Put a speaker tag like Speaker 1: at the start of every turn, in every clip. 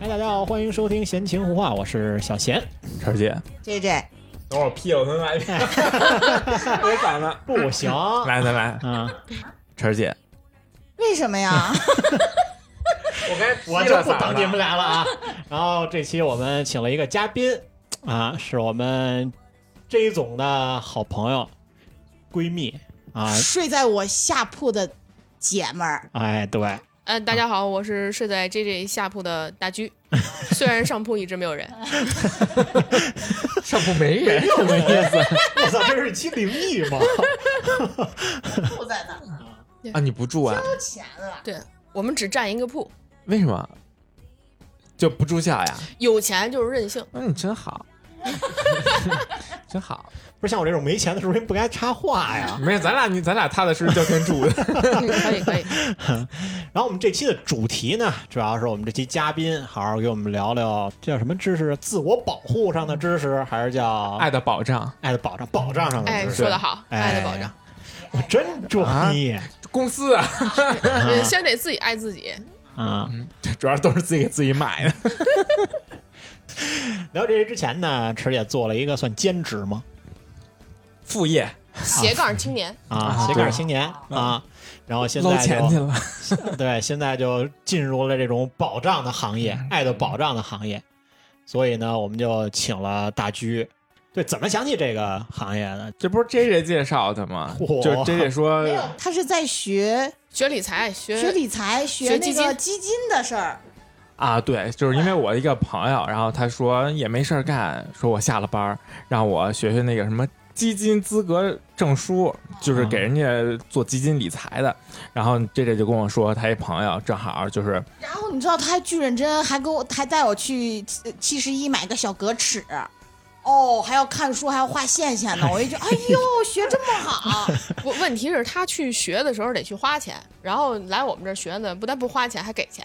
Speaker 1: 嗨，哎大家好，欢迎收听闲情胡话，我是小贤。
Speaker 2: 晨儿姐，
Speaker 3: J J，
Speaker 2: 等会儿屁股疼来一
Speaker 3: 嗯
Speaker 2: 遍，别攒了，
Speaker 1: 不行 啊，
Speaker 2: 来来来，晨儿姐，
Speaker 3: 为什么呀？
Speaker 2: 我该
Speaker 1: 我就不等你们俩了啊。然后这期我们请了一个嘉宾啊，是我们 J 总的好朋友、闺蜜啊，
Speaker 3: 睡在我下铺的姐 们儿，
Speaker 1: 哎，对，
Speaker 4: 嗯、大家好，我是睡在 JJ 下铺的大居，虽然上铺一直没有人，
Speaker 2: 上铺没人，
Speaker 1: 没意思。我操，这是一期灵异吗？
Speaker 3: 住在那儿
Speaker 2: 啊！你不住啊？
Speaker 3: 收钱了。
Speaker 4: 对我们只占一个铺，
Speaker 2: 为什么就不住校呀？
Speaker 4: 有钱就是任性。
Speaker 2: 那、你真好， 真好。
Speaker 1: 不是像我这种没钱的时候，人不该插话呀。
Speaker 2: 没有，咱俩你咱俩踏踏实实就跟住的。
Speaker 4: 嗯，可以可以，
Speaker 1: 然后我们这期的主题呢，主要是我们这期嘉宾好好给我们聊聊，这叫什么知识？自我保护上的知识，还是叫
Speaker 2: 爱的保障，
Speaker 1: 爱的保障保障上的
Speaker 4: 哎，
Speaker 1: 知识？
Speaker 4: 说得好，
Speaker 1: 哎
Speaker 4: 爱的保障，
Speaker 1: 我
Speaker 3: 啊
Speaker 1: 真专业
Speaker 2: 公司啊，
Speaker 4: 嗯先得自己爱自己。
Speaker 1: 啊！
Speaker 2: 主要都是自己给自己买的。
Speaker 1: 聊这些之前呢，池姐做了一个算兼职吗？
Speaker 2: 副业
Speaker 4: 斜杠青年，
Speaker 1: 啊，
Speaker 2: 啊
Speaker 1: 斜杠青年
Speaker 2: 对
Speaker 1: 啊，然后现
Speaker 2: 捞
Speaker 1: 在
Speaker 2: 钱去
Speaker 1: 就
Speaker 2: 了，
Speaker 1: 对，现在就进入了这种保障的行业，
Speaker 2: 嗯
Speaker 1: 爱的保障的行业。所以呢，我们就请了大居。对，怎么想起这个行业的？
Speaker 2: 这不是 J J 介绍的吗？
Speaker 1: 嚯
Speaker 2: 就 J J 说
Speaker 3: 没有，他是在学
Speaker 4: 学理财，学
Speaker 3: 学理财，学
Speaker 4: 学
Speaker 3: 那
Speaker 4: 基
Speaker 3: 个
Speaker 4: 金
Speaker 3: 基金的事儿。
Speaker 2: 啊，对，就是因为我一个朋友，然后他说也没事儿干，说我下了班儿让我学学那个什么基金资格证书，就是给人家做基金理财的。然后这这就跟我说，他一朋友正好就是
Speaker 3: 然后你知道他还巨认真，还给我还带我去七十一买个小格尺，哦，还要看书，还要画线线呢。我一觉得，哎呦，学这么好，
Speaker 4: 不问题是他去学的时候得去花钱，然后来我们这儿学呢，不但不花钱，还给钱，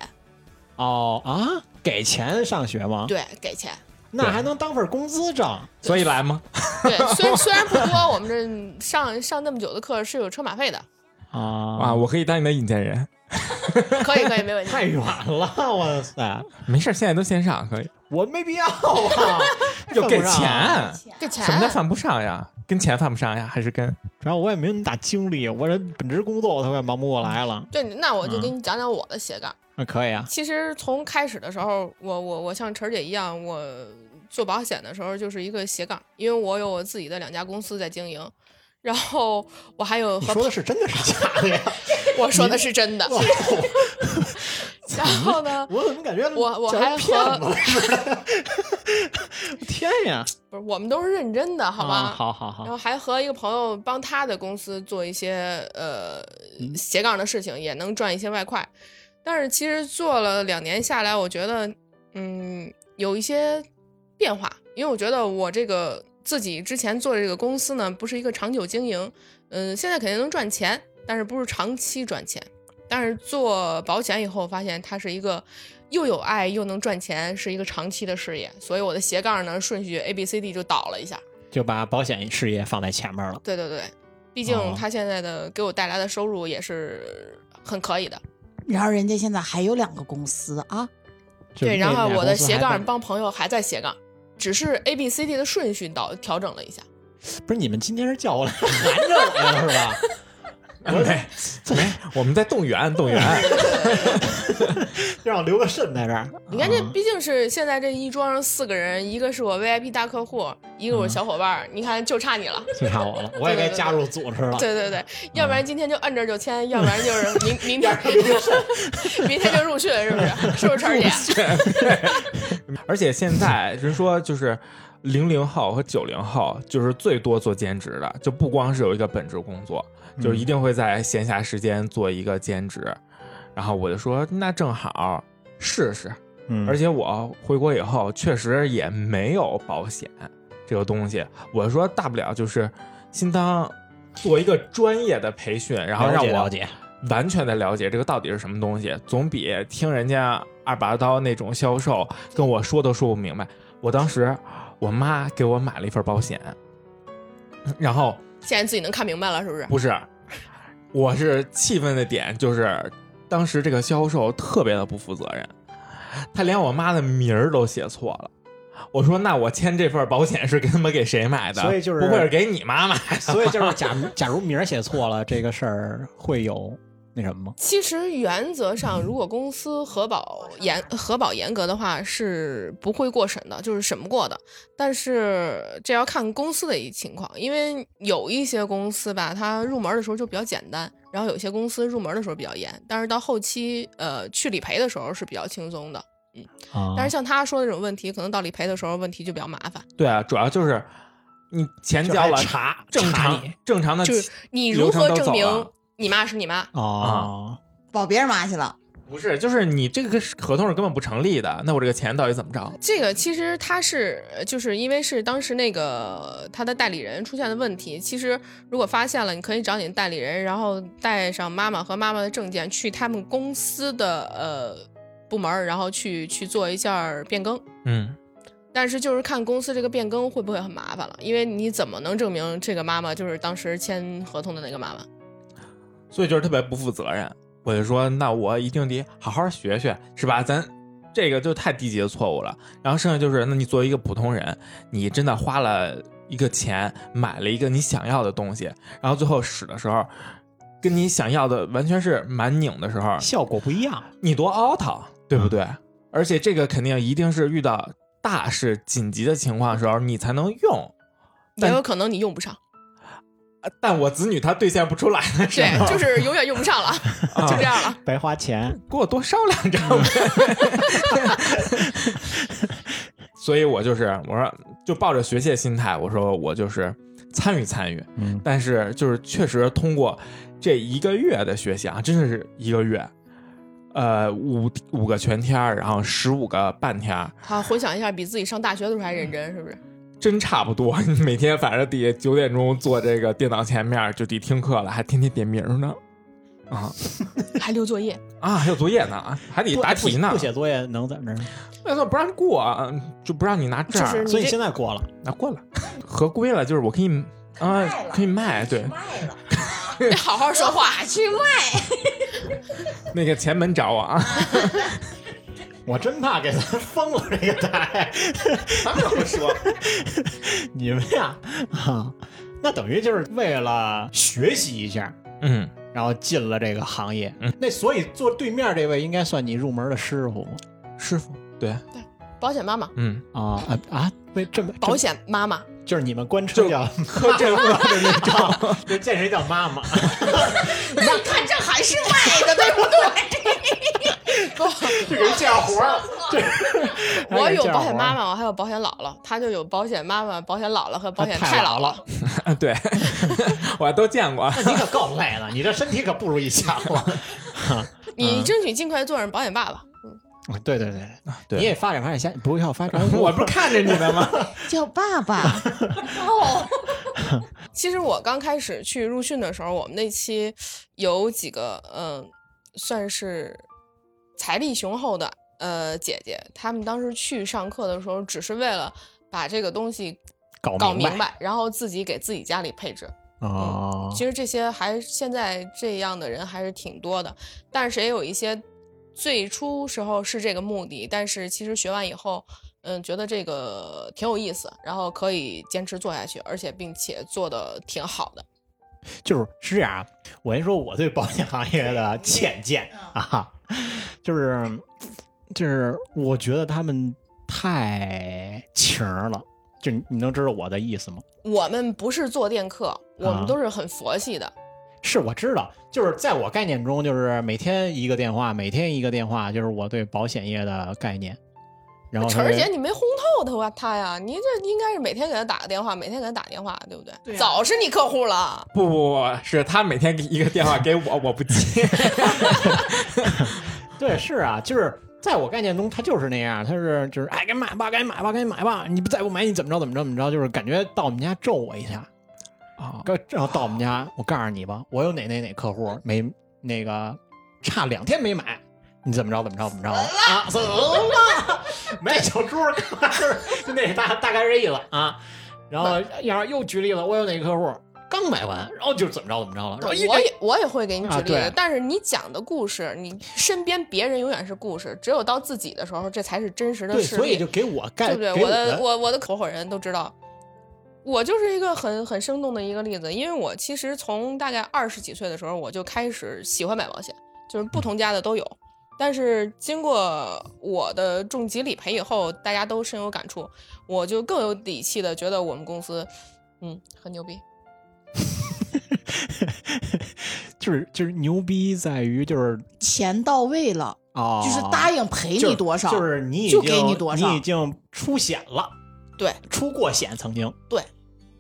Speaker 1: 哦啊，给钱上学吗？
Speaker 4: 对，给钱，
Speaker 1: 那还能当份工资挣？
Speaker 2: 所以来吗？
Speaker 4: 对，虽虽然不多，我们这上上那么久的课是有车马费的，
Speaker 2: 啊，
Speaker 1: 啊，
Speaker 2: 我可以当你的引荐人，
Speaker 4: 可以可以，没问题。
Speaker 1: 太远了，哇塞，
Speaker 2: 没事儿，现在都线上可以，
Speaker 1: 我没必要啊，
Speaker 2: 就给
Speaker 1: 犯不上啊
Speaker 2: 钱，
Speaker 4: 这钱
Speaker 2: 什么叫犯不上呀？跟钱犯不上呀？还是跟
Speaker 1: 主要我也没有那么大精力，我这本职工作我都快忙不过来了。
Speaker 4: 对，那我就给你讲讲我的斜杠。
Speaker 1: 那可以啊，
Speaker 4: 其实从开始的时候，我我我像晨儿姐一样，我做保险的时候就是一个斜杠，因为我有我自己的两家公司在经营，然后我还有
Speaker 1: 你
Speaker 4: 和
Speaker 1: 说的是哦真的是假的呀？
Speaker 4: 我说的是真的，
Speaker 1: 哇
Speaker 4: 然后呢，
Speaker 1: 我怎么感觉
Speaker 4: 我我
Speaker 1: 像
Speaker 4: 还
Speaker 1: 骗
Speaker 4: 和
Speaker 1: 子似的？ 天呀！
Speaker 4: 不是我们都是认真的，好
Speaker 1: 啊
Speaker 4: 吗？
Speaker 1: 好好
Speaker 4: 然
Speaker 1: 好，
Speaker 4: 后还和一个朋友帮他的公司做一些呃斜杠的事情，也能赚一些外快。但是其实做了两年下来，我觉得嗯有一些变化，因为我觉得我这个自己之前做的这个公司呢，不是一个长久经营，嗯、现在肯定能赚钱，但是不是长期赚钱。但是做保险以后，发现它是一个又有爱又能赚钱，是一个长期的事业，所以我的斜杠呢顺序 A B C D 就倒了一下。
Speaker 1: 就把保险事业放在前面了。
Speaker 4: 对对对，毕竟
Speaker 1: 哦
Speaker 4: 他现在的给我带来的收入也是很可以的。
Speaker 3: 然后人家现在还有两个公司啊，
Speaker 1: 就
Speaker 4: 对，
Speaker 1: 是
Speaker 4: 然
Speaker 1: 那
Speaker 4: 后
Speaker 1: 俩
Speaker 4: 我的
Speaker 1: 公司
Speaker 4: 斜
Speaker 1: 还
Speaker 4: 杠
Speaker 1: 在
Speaker 4: 帮朋友还在斜杠，只是 A B C D 的顺序倒调整了一下。
Speaker 1: 不是你们今天是叫我来拦着我了是吧？我
Speaker 2: 没没？我们在动员动 员，
Speaker 1: 让我留个肾在这儿。
Speaker 4: 你看，这
Speaker 1: 啊
Speaker 4: 毕竟是现在这一桌上四个人，一个是我 VIP 大客户，一个
Speaker 1: 嗯
Speaker 4: 我小伙伴儿，你看就差你了。
Speaker 1: 就差我了，我也该加入组织了。
Speaker 4: 对对对，
Speaker 1: 嗯
Speaker 4: 要不然今天就摁这儿就签，要不然就是明 明天明天就入 训，是不是？是 不是晨儿姐？
Speaker 2: 而且现在人说就是零零后和九零后，就是最多做兼职的，就不光是有一个本职工作，就是
Speaker 1: 嗯
Speaker 2: 一定会在闲暇时间做一个兼职。然后我就说，那正好试试。
Speaker 1: 嗯，
Speaker 2: 而且我回国以后，确实也没有保险这个东西。我说，大不了就是新当做一个专业的培训，然后
Speaker 1: 了
Speaker 2: 让
Speaker 1: 解
Speaker 2: 我
Speaker 1: 了解，
Speaker 2: 完全的了解这个到底是什么东西，总比听人家二把刀那种销售跟我说都说不明白。我当时我妈给我买了一份保险， 然后
Speaker 4: 现在自己能看明白了，是不是？
Speaker 2: 不是，我是气愤的点就是当时这个销售特别的不负责任，他连我妈的名儿都写错了。我说那我签这份保险是给他们给谁买的？
Speaker 1: 所以就是
Speaker 2: 不会是给你妈买的
Speaker 1: 所以就是假如假如名儿写错了，这个事儿会有那什么吗？
Speaker 4: 其实原则上，如果公司核保严核保严格的话，是不会过审的，就是审不过的。但是这要看公司的一情况，因为有一些公司吧，它入门的时候就比较简单，然后有些公司入门的时候比较严，但是到后期呃去理赔的时候是比较轻松的。
Speaker 1: 啊，
Speaker 4: 但是像他说的这种问题，可能到理赔的时候问题就比较麻烦。
Speaker 2: 对啊，主要就是你钱
Speaker 1: 就
Speaker 2: 交
Speaker 1: 还
Speaker 2: 了，
Speaker 1: 查
Speaker 2: 正
Speaker 1: 查
Speaker 2: 常
Speaker 1: 你
Speaker 2: 正常的
Speaker 4: 就是你
Speaker 2: 流
Speaker 4: 如
Speaker 2: 程
Speaker 4: 何
Speaker 2: 都
Speaker 4: 证
Speaker 2: 走
Speaker 4: 明
Speaker 2: 了
Speaker 4: 你妈是你妈？
Speaker 1: 哦，
Speaker 3: 保别人妈去了，
Speaker 2: 不是，就是你这个合同是根本不成立的，那我这个钱到底怎么着？
Speaker 4: 这个其实他是呃就是因为是当时那个他的代理人出现的问题，其实如果发现了，你可以找你的代理人，然后带上妈妈和妈妈的证件去他们公司的呃部门儿，然后去去做一下变更。
Speaker 2: 嗯，
Speaker 4: 但是就是看公司这个变更会不会很麻烦了，因为你怎么能证明这个妈妈就是当时签合同的那个妈妈？
Speaker 2: 所以就是特别不负责任。我就说，那我一定得好好学学，是吧？咱这个就太低级的错误了。然后剩下就是，那你作为一个普通人，你真的花了一个钱买了一个你想要的东西，然后最后使的时候，跟你想要的完全是蛮拧的时候，
Speaker 1: 效果不一样。
Speaker 2: 你多凹腾，对不对？而且这个肯定一定是遇到大事紧急的情况的时候，你才能用。
Speaker 4: 也
Speaker 2: 但
Speaker 4: 有可能你用不上，
Speaker 2: 呃但我子女他兑现不出来的时
Speaker 4: 对
Speaker 2: 候，，
Speaker 4: 就是啊永远用不上 了，就这样了。
Speaker 1: 白花钱，
Speaker 2: 给我多烧两张呗。 所以我就是我说就抱着学习的心态，我说我就是参与参与，
Speaker 1: 嗯，
Speaker 2: 但是就是确实通过这一个月的学习啊，真的是一个月，呃五五个全天儿，然后十五个半天儿，
Speaker 4: 好，回想一下，比自己上大学的时候还认真，是不是？
Speaker 2: 真差不多。 你每天反正得九点钟坐这个电脑前面就得听课了，还天天点名呢，啊
Speaker 4: 还留作业，
Speaker 2: 啊还有作业呢，还得
Speaker 1: 不
Speaker 2: 答题呢
Speaker 1: 不，写作业能怎么着？
Speaker 2: 那怎么不让过啊？就不让你拿证儿。
Speaker 4: 就是你
Speaker 1: 所以
Speaker 4: 这
Speaker 1: 现在过了，
Speaker 2: 那过了，合规了，就是我可以啊
Speaker 3: 卖了，
Speaker 2: 可以卖，对，
Speaker 3: 卖了，
Speaker 4: 得好好说话。
Speaker 3: 去卖，
Speaker 2: 那个前门找我啊，
Speaker 1: 我真怕给咱 封了这个台。
Speaker 2: 咱们么说，
Speaker 1: 你们呀，啊，那等于就是为了学习一下，
Speaker 2: 嗯，
Speaker 1: 然后进了这个行业。
Speaker 2: 嗯
Speaker 1: 那所以坐对面这位应该算你入门的师傅
Speaker 2: 师傅，对，
Speaker 4: 保险妈妈，
Speaker 2: 嗯，
Speaker 1: 啊啊啊！为这么
Speaker 4: 保险妈
Speaker 3: 哎
Speaker 4: 妈，
Speaker 1: 这就是你们官车叫
Speaker 2: 喝这个，
Speaker 1: 就是那 叫， 就见谁叫妈妈。
Speaker 3: 那你看这还是卖的，对不 对？
Speaker 1: 这人接上活儿，
Speaker 4: 我有保险妈妈，我还有保险姥姥，她就有保险妈妈、保险姥姥和保
Speaker 1: 哦
Speaker 4: 险太姥姥。
Speaker 2: 对， 我还都见过，
Speaker 1: 那你可够累了，你这身体可不如以前了。
Speaker 4: 你争取尽快做上保险爸爸，
Speaker 1: 啊对对对，
Speaker 2: 对。
Speaker 1: 你也发展发展下，不要发展
Speaker 2: 我不是看着你呢吗？
Speaker 3: 叫爸爸，哦，
Speaker 4: 其实我刚开始去入训的时候，我们那期有几个嗯、算是财力雄厚的呃姐姐，她们当时去上课的时候，只是为了把这个东西
Speaker 1: 搞
Speaker 4: 搞明
Speaker 1: 白
Speaker 4: 白，嗯然后自己给自己家里配置。
Speaker 1: 哦
Speaker 4: 其实这些还现在这样的人还是挺多的，但是也有一些最初时候是这个目的，但是其实学完以后，嗯，觉得这个挺有意思，然后可以坚持做下去，而且并且做的挺好的。
Speaker 1: 就是是这样啊。我先说我对保险行业的浅见
Speaker 4: 嗯
Speaker 1: 啊，就是就是我觉得他们太情儿了，就你你能知道我的意思吗？
Speaker 4: 我们不是做电课，我
Speaker 1: 啊
Speaker 4: 们都是很佛系的。
Speaker 1: 是我知道，就是在我概念中，就是每天一个电话，每天一个电话，就是我对保险业的概念。然后
Speaker 4: 晨儿
Speaker 1: 是
Speaker 4: 姐，你没烘透他呀他呀，你这应该是每天给他打个电话，每天给他打电话，对不对？
Speaker 3: 对啊
Speaker 4: 早是你客户了。
Speaker 2: 不不不，是他每天给一个电话给我，我不 接，
Speaker 1: 对，是啊，就是在我概念中，他就是那样，他是就是哎，该买吧，该买吧，该买吧，你不再不买，你怎么着怎么着怎么着，就是感觉到我们家咒我一下，
Speaker 2: 啊，
Speaker 4: 哦
Speaker 1: 告然后到我们家，我告诉你吧，我有哪哪哪客户没那个差两天没买，你怎么着怎么着怎么着啊，怎么了？ 买小猪儿，就那大大概这意思啊。然后然后又举例了，我有哪个客户刚买完，然后就怎么着怎么着了，然后一
Speaker 4: 我也我也会给你举
Speaker 1: 啊
Speaker 4: 例
Speaker 1: 对
Speaker 4: 子，但是你讲的故事，你身边别人永远是故事，只有到自己的时候，这才是真实的
Speaker 1: 对，
Speaker 4: 事
Speaker 1: 所以
Speaker 4: 例，
Speaker 1: 就给我
Speaker 4: 对
Speaker 1: 盖
Speaker 4: 不对？
Speaker 1: 给
Speaker 4: 我
Speaker 1: 我
Speaker 4: 的我我的合伙人都知道，我就是一个很很生动的一个例子，因为我其实从大概二十几岁的时候，我就开始喜欢买保险，就是不同家的都有。但是经过我的重疾理赔以后，大家都深有感触，我就更有底气的觉得我们公司，嗯，很牛逼。
Speaker 1: 就是就是牛逼在于就是
Speaker 3: 钱到位了，
Speaker 1: 啊，
Speaker 3: 就是答应赔
Speaker 1: 就是
Speaker 3: 你多少，
Speaker 1: 就是你已
Speaker 3: 就给
Speaker 1: 经
Speaker 3: 你多少
Speaker 1: 已经出险了，
Speaker 4: 对，
Speaker 1: 出过险曾经，
Speaker 3: 对，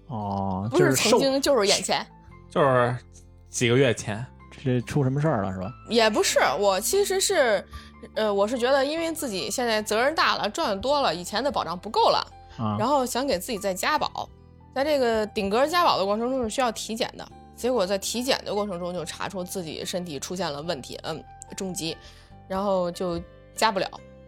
Speaker 1: 哦，
Speaker 4: 不
Speaker 1: 就是
Speaker 4: 曾
Speaker 1: 受
Speaker 4: 经，就是眼前。
Speaker 2: 就是几个月前，
Speaker 1: 这出什么事儿了是吧？
Speaker 4: 也不是，我其实是，呃，我是觉得，因为自己现在责任大了，赚的多了，以前的保障不够了，
Speaker 1: 啊，
Speaker 4: 然后想给自己再加保，在这个顶格加保的过程中是需要体检的，结果在体检的过程中就查出自己身体出现了问题，嗯，重疾，然后就加不了，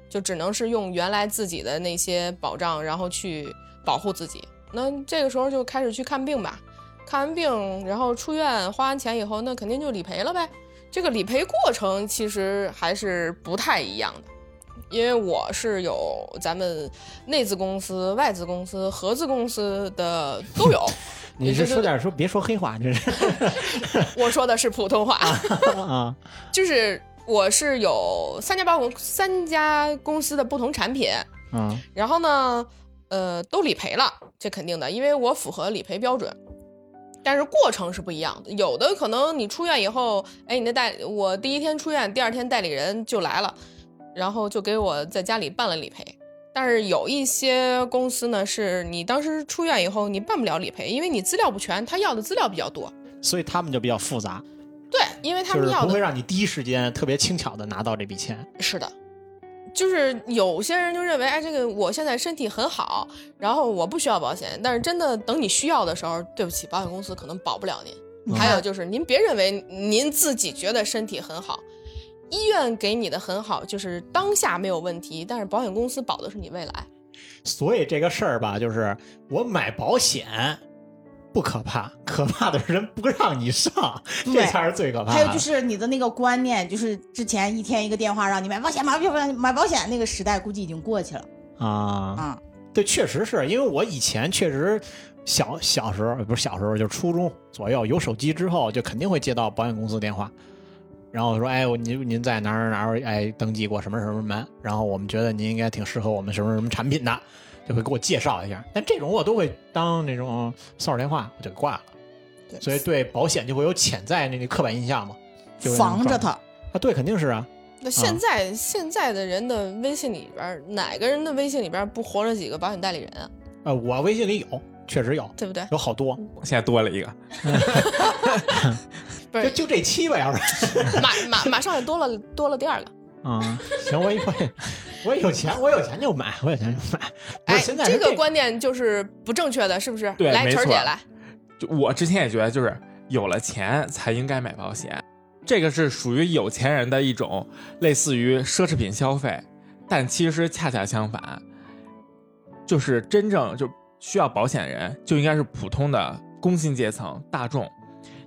Speaker 4: 就只能是用原来自己的那些保障，然后去保护自己。那这个时候就开始去看病吧，看完病然后出院花完钱以后，那肯定就理赔了呗。这个理赔过程其实还是不太一样的。因为我是有咱们内资公司、外资公司、合资公司的都有，
Speaker 1: 你是说点说别说黑话，这 是
Speaker 4: 我说的是普通话，
Speaker 1: 啊，
Speaker 4: 就是我是有三家保险公三家公司的不同产品，
Speaker 1: 嗯
Speaker 4: 然后呢，呃，都理赔了，这肯定的，因为我符合理赔标准。但是过程是不一样的，有的可能你出院以后，哎，你的代我第一天出院，第二天代理人就来了，然后就给我在家里办了理赔。但是有一些公司呢，是你当时出院以后你办不了理赔，因为你资料不全，他要的资料比较多。
Speaker 1: 所以他们就比较复杂，
Speaker 4: 对，因为他
Speaker 1: 就
Speaker 4: 们
Speaker 1: 是
Speaker 4: 要
Speaker 1: 不
Speaker 4: 的
Speaker 1: 会让你第一时间特别轻巧的拿到这笔钱。
Speaker 4: 是的，就是有些人就认为，哎，这个我现在身体很好，然后我不需要保险。但是真的等你需要的时候，对不起，保险公司可能保不了您。还有就是，您别认为您自己觉得身体很好，医院给你的很好，就是当下没有问题，但是保险公司保的是你未来。
Speaker 1: 所以这个事儿吧，就是我买保险不可怕，可怕的是人不让你上，
Speaker 3: 对
Speaker 1: 这才是最可怕的。
Speaker 3: 还有就是你的那个观念，就是之前一天一个电话让你买保险，买保险，买保险那个时代估计已经过去了
Speaker 1: 啊，
Speaker 3: 啊。
Speaker 1: 对，确实是因为我以前确实小小时候不是小时候，就初中左右有手机之后，就肯定会接到保险公司电话。然后说，哎，我您您在哪儿哪儿哪儿哎登记过什么什么门？然后我们觉得您应该挺适合我们什么什么产品的，就会给我介绍一下。但这种我都会当那种骚扰电话，我就给挂了。
Speaker 3: 对
Speaker 1: 所以对保险就会有潜在那个刻板印象嘛，就是那种
Speaker 3: 防着
Speaker 1: 状
Speaker 3: 它，
Speaker 1: 啊，对，肯定是啊，
Speaker 4: 那现在、现在的人的微信里边儿，哪个人的微信里边儿不活着几个保险代理人啊？
Speaker 1: 呃，我微信里有，确实有，
Speaker 4: 对不对？
Speaker 1: 有好多，
Speaker 2: 现在多了一个，
Speaker 4: 不，
Speaker 1: 就是就这期吧，要不然。
Speaker 4: 马马马上也多了多了第二个。
Speaker 1: 啊， 行，我我也我有钱，我有钱就买，我有钱就买。不
Speaker 4: 哎，
Speaker 1: 是，现在是
Speaker 4: 这个观念就是不正确的，是不是？
Speaker 2: 对
Speaker 4: 来，
Speaker 2: 没
Speaker 4: 晨儿姐
Speaker 2: 错
Speaker 4: 来，
Speaker 2: 就我之前也觉得就是有了钱才应该买保险，这个是属于有钱人的一种类似于奢侈品消费，但其实恰恰相反，就是真正就需要保险人就应该是普通的工薪阶层大众，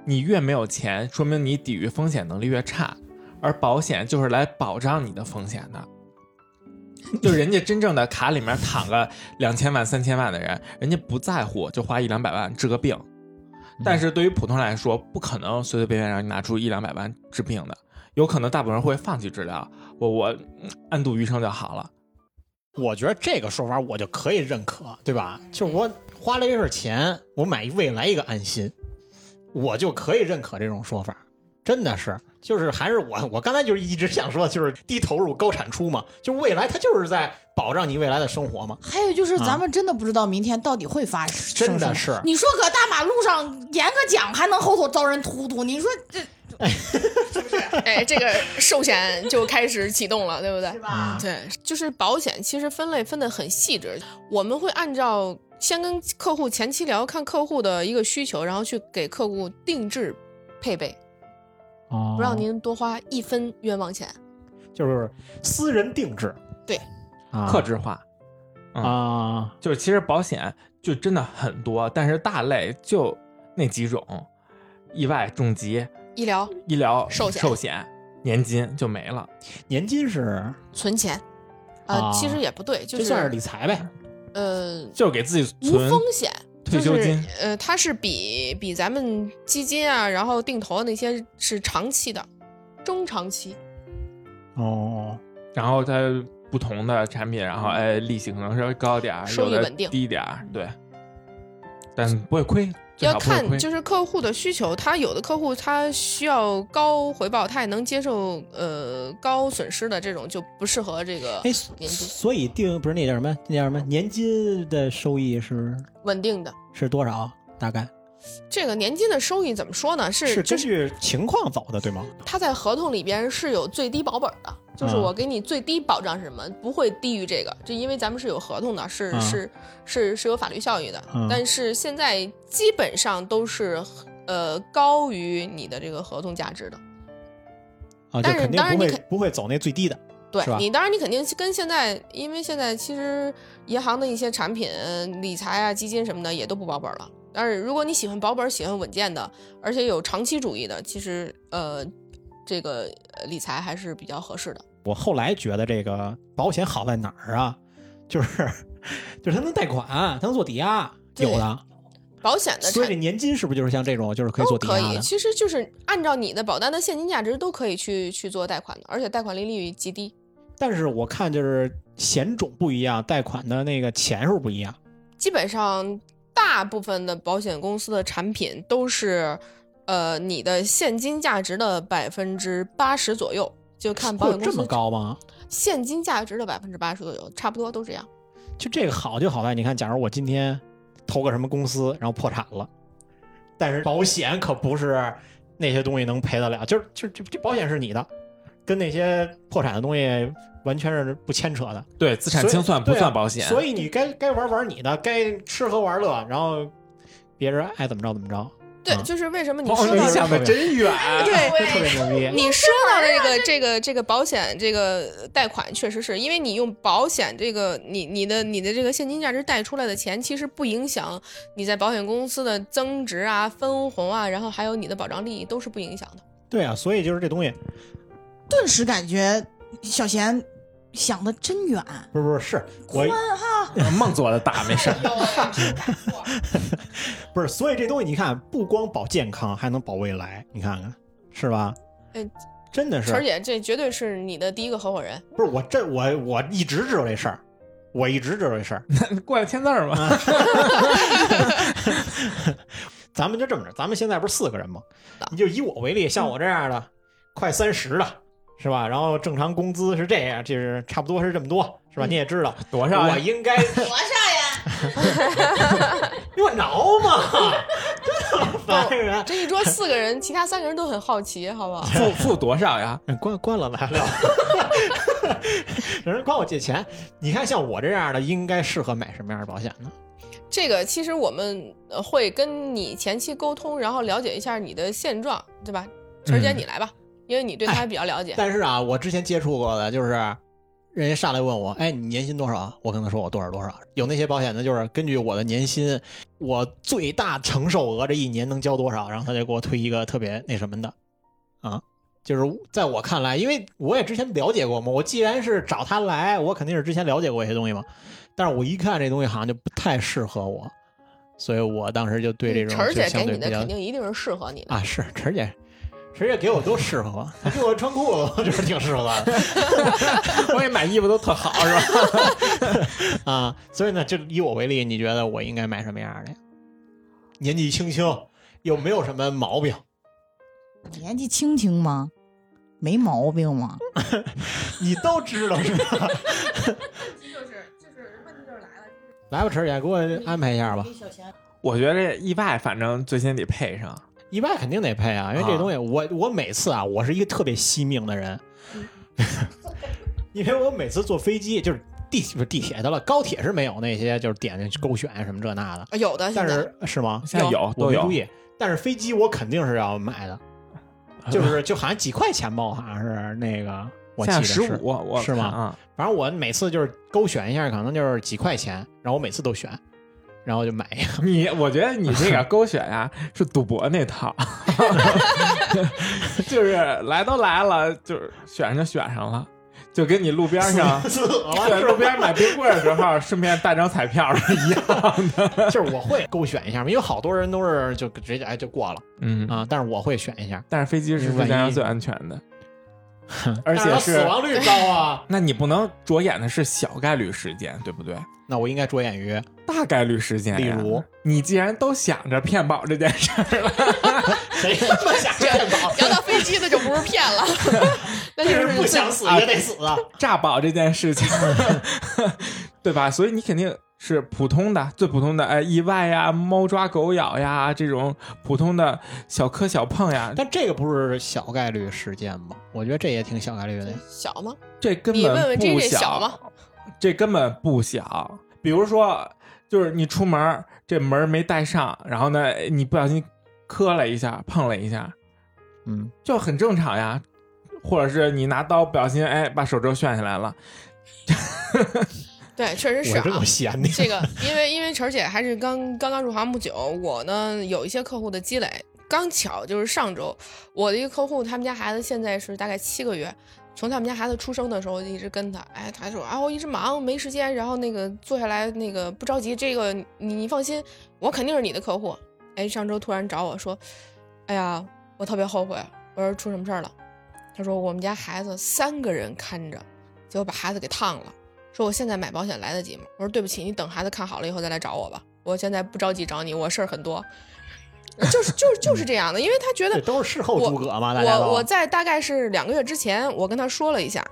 Speaker 2: 你越没有钱，说明你抵御风险能力越差，而保险就是来保障你的风险的。就人家真正的卡里面躺个两千万、三千万的人，人家不在乎，就花一两百万治个病。但是对于普通人来说，不可能随随便便让你拿出一两百万治病的，有可能大部分人会放弃治疗，我我嗯安度余生就好了。
Speaker 1: 我觉得这个说法我就可以认可，对吧？就是我花了这份钱，我买未来一个安心，我就可以认可这种说法。真的是，就是还是我，我刚才就是一直想说，就是低投入高产出嘛，就未来它就是在保障你未来的生活嘛。
Speaker 3: 还有就是咱们真的不知道明天到底会发生什
Speaker 1: 真
Speaker 3: 么。
Speaker 1: 的啊是，
Speaker 3: 你说搁大马路上演个讲还能后头遭人突突，你说这
Speaker 4: 哎，这个寿险就开始启动了，对不对？
Speaker 3: 是吧？
Speaker 1: 嗯
Speaker 4: 对，就是保险其实分类分得很细致，我们会按照先跟客户前期聊，看客户的一个需求，然后去给客户定制配备，
Speaker 1: 不哦
Speaker 4: 不让您多花一分冤枉钱。
Speaker 1: 就是私人定制，
Speaker 4: 对，
Speaker 1: 啊，
Speaker 2: 克制化，
Speaker 1: 啊，
Speaker 2: 就是其实保险就真的很多，但是大类就那几种，意外、重疾、
Speaker 4: 医疗
Speaker 2: 医疗、
Speaker 4: 寿险
Speaker 2: 寿险、年金就没了。
Speaker 1: 年金是
Speaker 4: 存钱，呃，
Speaker 1: 啊
Speaker 4: 其实也不对，就
Speaker 1: 这
Speaker 4: 是
Speaker 1: 算是理财呗，
Speaker 4: 呃
Speaker 2: 就是给自己
Speaker 4: 无
Speaker 2: 存
Speaker 4: 风险。
Speaker 2: 退休金，
Speaker 4: 就是、呃，它是比比咱们基金啊，然后定投的那些是长期的，中长期。
Speaker 1: 哦，
Speaker 2: 然后它不同的产品，然后哎利息可能稍微高点儿，
Speaker 4: 嗯收
Speaker 2: 有
Speaker 4: 益
Speaker 2: 的
Speaker 4: 稳定
Speaker 2: 低点儿，对，但不会亏，最
Speaker 4: 要
Speaker 2: 少不会
Speaker 4: 看
Speaker 2: 亏。
Speaker 4: 就是客户的需求，他有的客户他需要高回报，他也能接受呃高损失的这种就不适合这个
Speaker 1: 哎，
Speaker 4: 年金
Speaker 1: 所以定不是那叫什么，那叫什么年金的收益是
Speaker 4: 稳定的。
Speaker 1: 是多少？大概
Speaker 4: 这个年金的收益怎么说呢？是就
Speaker 1: 根
Speaker 4: 是
Speaker 1: 据情况走的，对吗？
Speaker 4: 它在合同里边是有最低保本的，就是
Speaker 1: 嗯
Speaker 4: 我给你最低保障是什么，不会低于这个。这因为咱们是有合同的，是
Speaker 1: 嗯
Speaker 4: 是是是有法律效益的
Speaker 1: 嗯。
Speaker 4: 但是现在基本上都是呃高于你的这个合同价值的。
Speaker 1: 啊，就
Speaker 4: 但是
Speaker 1: 肯定
Speaker 4: 当然
Speaker 1: 不
Speaker 4: 你
Speaker 1: 会
Speaker 4: 肯
Speaker 1: 不会走那最低的，
Speaker 4: 对
Speaker 1: 是吧
Speaker 4: 你，当然你肯定跟现在，因为现在其实银行的一些产品、理财啊、基金什么的也都不保本了。但是如果你喜欢保本、喜欢稳健的，而且有长期主义的，其实呃，这个呃理财还是比较合适的。
Speaker 1: 我后来觉得这个保险好在哪儿啊？就是就是它能贷款，它能做抵押，
Speaker 4: 对
Speaker 1: 有的。
Speaker 4: 保险的
Speaker 1: 所以这
Speaker 4: 产
Speaker 1: 年金是不是就是像这种，就是可以
Speaker 4: 都
Speaker 1: 做抵
Speaker 4: 可
Speaker 1: 押
Speaker 4: 以，
Speaker 1: 的？
Speaker 4: 其实就是按照你的保单的现金价值都可以去去做贷款的，而且贷款利率极低，
Speaker 1: 但是我看就是险种不一样，贷款的那个钱数不一样。
Speaker 4: 基本上大部分的保险公司的产品都是，呃，你的现金价值的百分之八十左右，就看保
Speaker 1: 会有
Speaker 4: 险公
Speaker 1: 这
Speaker 4: 司
Speaker 1: 么高吗？
Speaker 4: 现金价值的百分之八十左右，差不多都这样。
Speaker 1: 就这个好就好在，你看，假如我今天投个什么公司，然后破产了，但是保险可不是那些东西能赔得了，就是就就这保险是你的，跟那些破产的东西完全是不牵扯的。
Speaker 2: 对资产
Speaker 1: 所以
Speaker 2: 清算不
Speaker 1: 对啊
Speaker 2: 算保险，
Speaker 1: 所以你该该玩玩你的，该吃喝玩乐，然后别人爱怎么着怎么着。
Speaker 4: 对，
Speaker 1: 啊
Speaker 4: 就是为什么你
Speaker 2: 哦
Speaker 4: 说
Speaker 2: 你
Speaker 4: 到这
Speaker 2: 想的真 远，
Speaker 1: 这
Speaker 4: 对
Speaker 1: 特别牛
Speaker 2: 哎
Speaker 1: 逼。
Speaker 4: 你说到这个这个这个保险这个贷款，确实是因为你用保险这个你你的你的这个现金价值贷出来的钱，其实不影响你在保险公司的增值啊、分红啊，然后还有你的保障利益都是不影响的。
Speaker 1: 对啊，所以就是这东西，
Speaker 3: 顿时感觉小贤想的真远，
Speaker 1: 不是不是，是我呃
Speaker 2: 梦做的大没事儿。
Speaker 1: 不是，所以这东西你看，不光保健康，还能保未来，你看看是吧？
Speaker 4: 嗯，
Speaker 1: 真的是
Speaker 4: 晨儿。姐，这绝对是你的第一个合伙人。
Speaker 1: 不是我这我我一直知道这事儿，我一直知道这事儿。
Speaker 2: 过来签字儿
Speaker 1: 嗯
Speaker 2: 吧。
Speaker 1: 咱们就这么着，咱们现在不是四个人吗
Speaker 4: 啊？
Speaker 1: 你就以我为例，像我这样的，快三十的，是吧？然后正常工资是这样，就是差不多是这么多，是吧？你也知道
Speaker 2: 多少呀
Speaker 1: 我应该
Speaker 3: 多少呀？
Speaker 1: 我挠 嘛，这烦人。
Speaker 4: 这一桌四个人，其他三个人都很好奇，好不好？
Speaker 2: 付付多 少呀？
Speaker 1: 嗯关关了来聊，有人管我借钱。你看，像我这样的，应该适合买什么样的保险呢？
Speaker 4: 这个其实我们呃会跟你前期沟通，然后了解一下你的现状，对吧？晨儿姐，
Speaker 2: 嗯哎
Speaker 4: 你来吧，因为你对他比较了解。
Speaker 1: 但是啊，我之前接触过的就是，人家上来问我，哎，你年薪多少？我跟他说我多少多少。有那些保险的，就是根据我的年薪，我最大承受额这一年能交多少，然后他就给我推一个特别那什么的，啊，就是在我看来，因为我也之前了解过嘛，我既然是找他来，我肯定是之前了解过一些东西嘛。但是我一看这东西好像就不太适合我，所以我当时就对这种
Speaker 4: 晨儿
Speaker 1: 就
Speaker 4: 姐
Speaker 1: 相
Speaker 4: 给
Speaker 1: 对
Speaker 4: 你的
Speaker 1: 比较
Speaker 4: 肯定一定是适合你的。
Speaker 1: 啊，是晨儿姐，晨儿姐给我都适合，她给我穿裤子，我觉得挺适合 的
Speaker 2: 我也买衣服都特好，是吧？
Speaker 1: 啊。所以呢，就以我为例，你觉得我应该买什么样的呀？年纪轻轻，又没有什么毛病，
Speaker 3: 年纪轻轻吗？没毛病吗？
Speaker 1: 你都知道是 吧？来吧，晨儿姐，给我安排一下吧。
Speaker 2: 我觉得这意外，反正最先得配上。
Speaker 1: 意外肯定得配啊，因为这东西我、我每次啊，我是一个特别惜命的人， 因为我每次坐飞机就是地不是地铁的了，高铁是没有那些就是点进去勾选什么这那的，
Speaker 4: 啊有的，
Speaker 1: 但
Speaker 4: 现在
Speaker 1: 是是吗？
Speaker 2: 现在有
Speaker 1: 我
Speaker 2: 都
Speaker 1: 没
Speaker 2: 有
Speaker 1: 注，意，但是飞机我肯定是要买 的，就是就好像几块钱吧，我好像是那个，我
Speaker 2: 现
Speaker 1: 记
Speaker 2: 在
Speaker 1: 得
Speaker 2: 十
Speaker 1: 是
Speaker 2: 五，我
Speaker 1: 是吗
Speaker 2: 啊，
Speaker 1: 反正我每次就是勾选一下，可能就是几块钱，然后我每次都选，然后就买 一个。
Speaker 2: 你我觉得你这个勾选呀、是赌博那套， 就是来都来了，就是选就选上了，就跟你路边 上在路边买冰棍儿的时候，顺便带张彩票是一 样的。
Speaker 1: 就是我会勾选一下嘛，因为好多人都是就直接哎就过了
Speaker 2: 嗯，
Speaker 1: 啊，但是我会选一下，
Speaker 2: 但是飞机是世界上最安全的，而且
Speaker 1: 但是它
Speaker 2: 是
Speaker 1: 死，亡率高啊。
Speaker 2: 那你不能着眼的是小概率事件，对不对？
Speaker 1: 那我应该着眼于
Speaker 2: 大概率事件呀，
Speaker 1: 例如
Speaker 2: 你既然都想着骗保这件事儿了，
Speaker 1: 谁他妈想骗保，
Speaker 4: 聊到飞机那就不是骗 了， 那
Speaker 1: 但
Speaker 4: 就是
Speaker 1: 不想
Speaker 4: 最
Speaker 1: 死也得死啊。
Speaker 2: 诈保这件事情，对吧？所以你肯定是普通的、最普通的，哎，意外呀、猫抓狗咬呀，这种普通的小磕小碰呀，
Speaker 1: 但这个不是小概率事件吗？我觉得这也挺小概率的呀。
Speaker 4: 小吗？
Speaker 2: 这根
Speaker 4: 你问
Speaker 2: 本
Speaker 4: 问这
Speaker 2: 不
Speaker 4: 这小吗？
Speaker 2: 这根本不小。比如说，就是你出门这门没带上，然后呢，你不小心磕了一下，碰了一下，
Speaker 1: 嗯，
Speaker 2: 就很正常呀。或者是你拿刀不小心，哎，把手肘炫下来了，
Speaker 4: 对，确实是
Speaker 1: 我这
Speaker 4: 啊
Speaker 1: 么。闲的，
Speaker 4: 这个，因为因为晨儿姐还是刚刚刚入行不久，我呢有一些客户的积累，刚巧就是上周我的一个客户，他们家孩子现在是大概七个月，从他们家孩子出生的时候我就一直跟他，哎，他说啊我一直忙没时间，然后那个坐下来那个不着急，这个你你放心，我肯定是你的客户。哎，上周突然找我说，哎呀，我特别后悔，我说出什么事儿了？他说我们家孩子三个人看着，结果把孩子给烫了。说我现在买保险来得及吗？我说对不起，你等孩子看好了以后再来找我吧，我现在不着急找你，我事儿很多。 就是就是就是这样的，因为他觉得
Speaker 1: 这都是事后诸葛嘛，大家都
Speaker 4: 我我在大概是两个月之前，我跟他说了一下，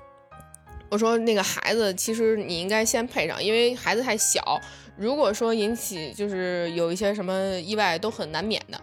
Speaker 4: 我说那个孩子其实你应该先配上，因为孩子太小，如果说引起就是有一些什么意外都很难免的。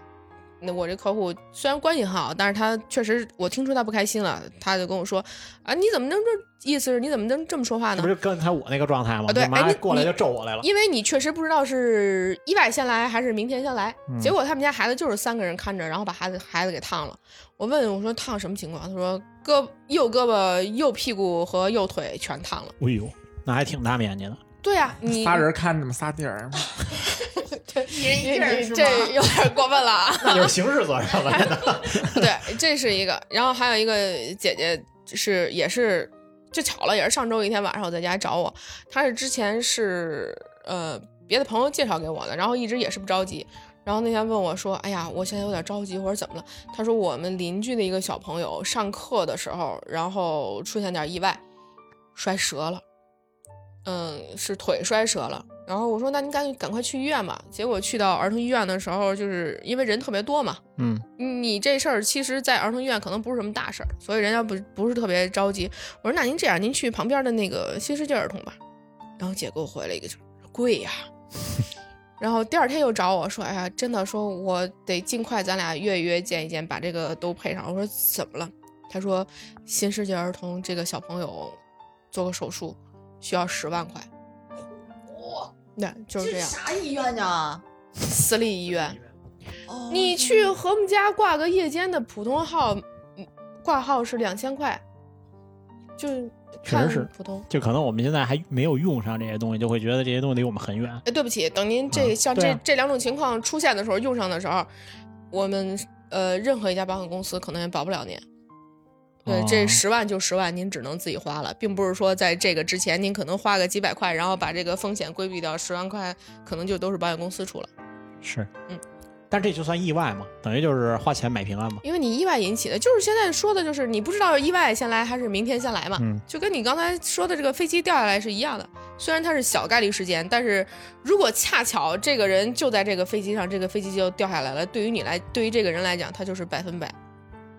Speaker 4: 那我这客户虽然关系很好，但是他确实我听出他不开心了，他就跟我说啊，你怎么能这意思是你怎么能这么说话
Speaker 1: 这
Speaker 4: 呢
Speaker 1: 不？就刚才我那个状态吗？
Speaker 4: 啊对
Speaker 1: 你妈
Speaker 4: 哎你
Speaker 1: 过来就咒我来了。
Speaker 4: 因为你确实不知道是意外先来还是明天先来。
Speaker 2: 嗯
Speaker 4: 结果他们家孩子就是三个人看着，然后把孩子孩子给烫了。我问我说烫什么情况？他说胳右胳膊、右屁股和右腿全烫了。
Speaker 1: 哎呦，那还挺大面积的。
Speaker 4: 对呀、你
Speaker 2: 仨人看着嘛，仨地儿，
Speaker 3: 一人一地儿
Speaker 4: 你你
Speaker 3: 是吗？
Speaker 4: 这有点过分了啊！
Speaker 1: 那就是刑事责任 了，真的。
Speaker 4: 对，这是一个。然后还有一个姐姐是也是，就巧了，也是上周一天晚上我在家找我，她是之前是呃别的朋友介绍给我的，然后一直也是不着急。然后那天问我说：“哎呀，我现在有点着急，或者怎么了？”她说我们邻居的一个小朋友上课的时候，然后出现点意外，摔折了，嗯，是腿摔折了。然后我说：“那您赶紧赶快去医院吧。”结果去到儿童医院的时候，就是因为人特别多嘛，
Speaker 1: 嗯，
Speaker 4: 你这事儿其实，在儿童医院可能不是什么大事儿，所以人家不不是特别着急。我说那您这样，您去旁边的那个新世界儿童吧。然后姐给我回了一个就是贵呀、 然后第二天又找我说，哎呀，真的说我得尽快咱俩约一约见一见，把这个都配上。我说怎么了？他说新世界儿童这个小朋友做个手术需要十万块，
Speaker 3: 哇
Speaker 4: 那就是这
Speaker 3: 这
Speaker 4: 样，
Speaker 3: 啥医院呢？
Speaker 4: 私立医院。
Speaker 3: 哦
Speaker 4: 你去和我们家挂个夜间的普通号，嗯挂号是两千块，就是
Speaker 1: 确实
Speaker 4: 看
Speaker 1: 是
Speaker 4: 普通。
Speaker 1: 就可能我们现在还没有用上这些东西，就会觉得这些东西离我们很远。
Speaker 4: 哎，对不起，等您这、
Speaker 1: 嗯
Speaker 4: 像
Speaker 1: 对
Speaker 4: 这、
Speaker 1: 啊
Speaker 4: 这两种情况出现的时候，用上的时候，我们呃任何一家保险公司可能也保不了您。对，这
Speaker 1: 哦
Speaker 4: 十万就十万，您只能自己花了，并不是说在这个之前您可能花个几百块，然后把这个风险规避掉，十万块可能就都是保险公司出了，
Speaker 1: 是，
Speaker 4: 嗯，
Speaker 1: 但这就算意外嘛，等于就是花钱买平安嘛。
Speaker 4: 因为你意外引起的，就是现在说的就是你不知道意外先来还是明天先来嘛。
Speaker 1: 嗯，
Speaker 4: 就跟你刚才说的这个飞机掉下来是一样的，虽然它是小概率事件，但是如果恰巧这个人就在这个飞机上，这个飞机就掉下来了，对于你来，对于这个人来讲，他就是百分百。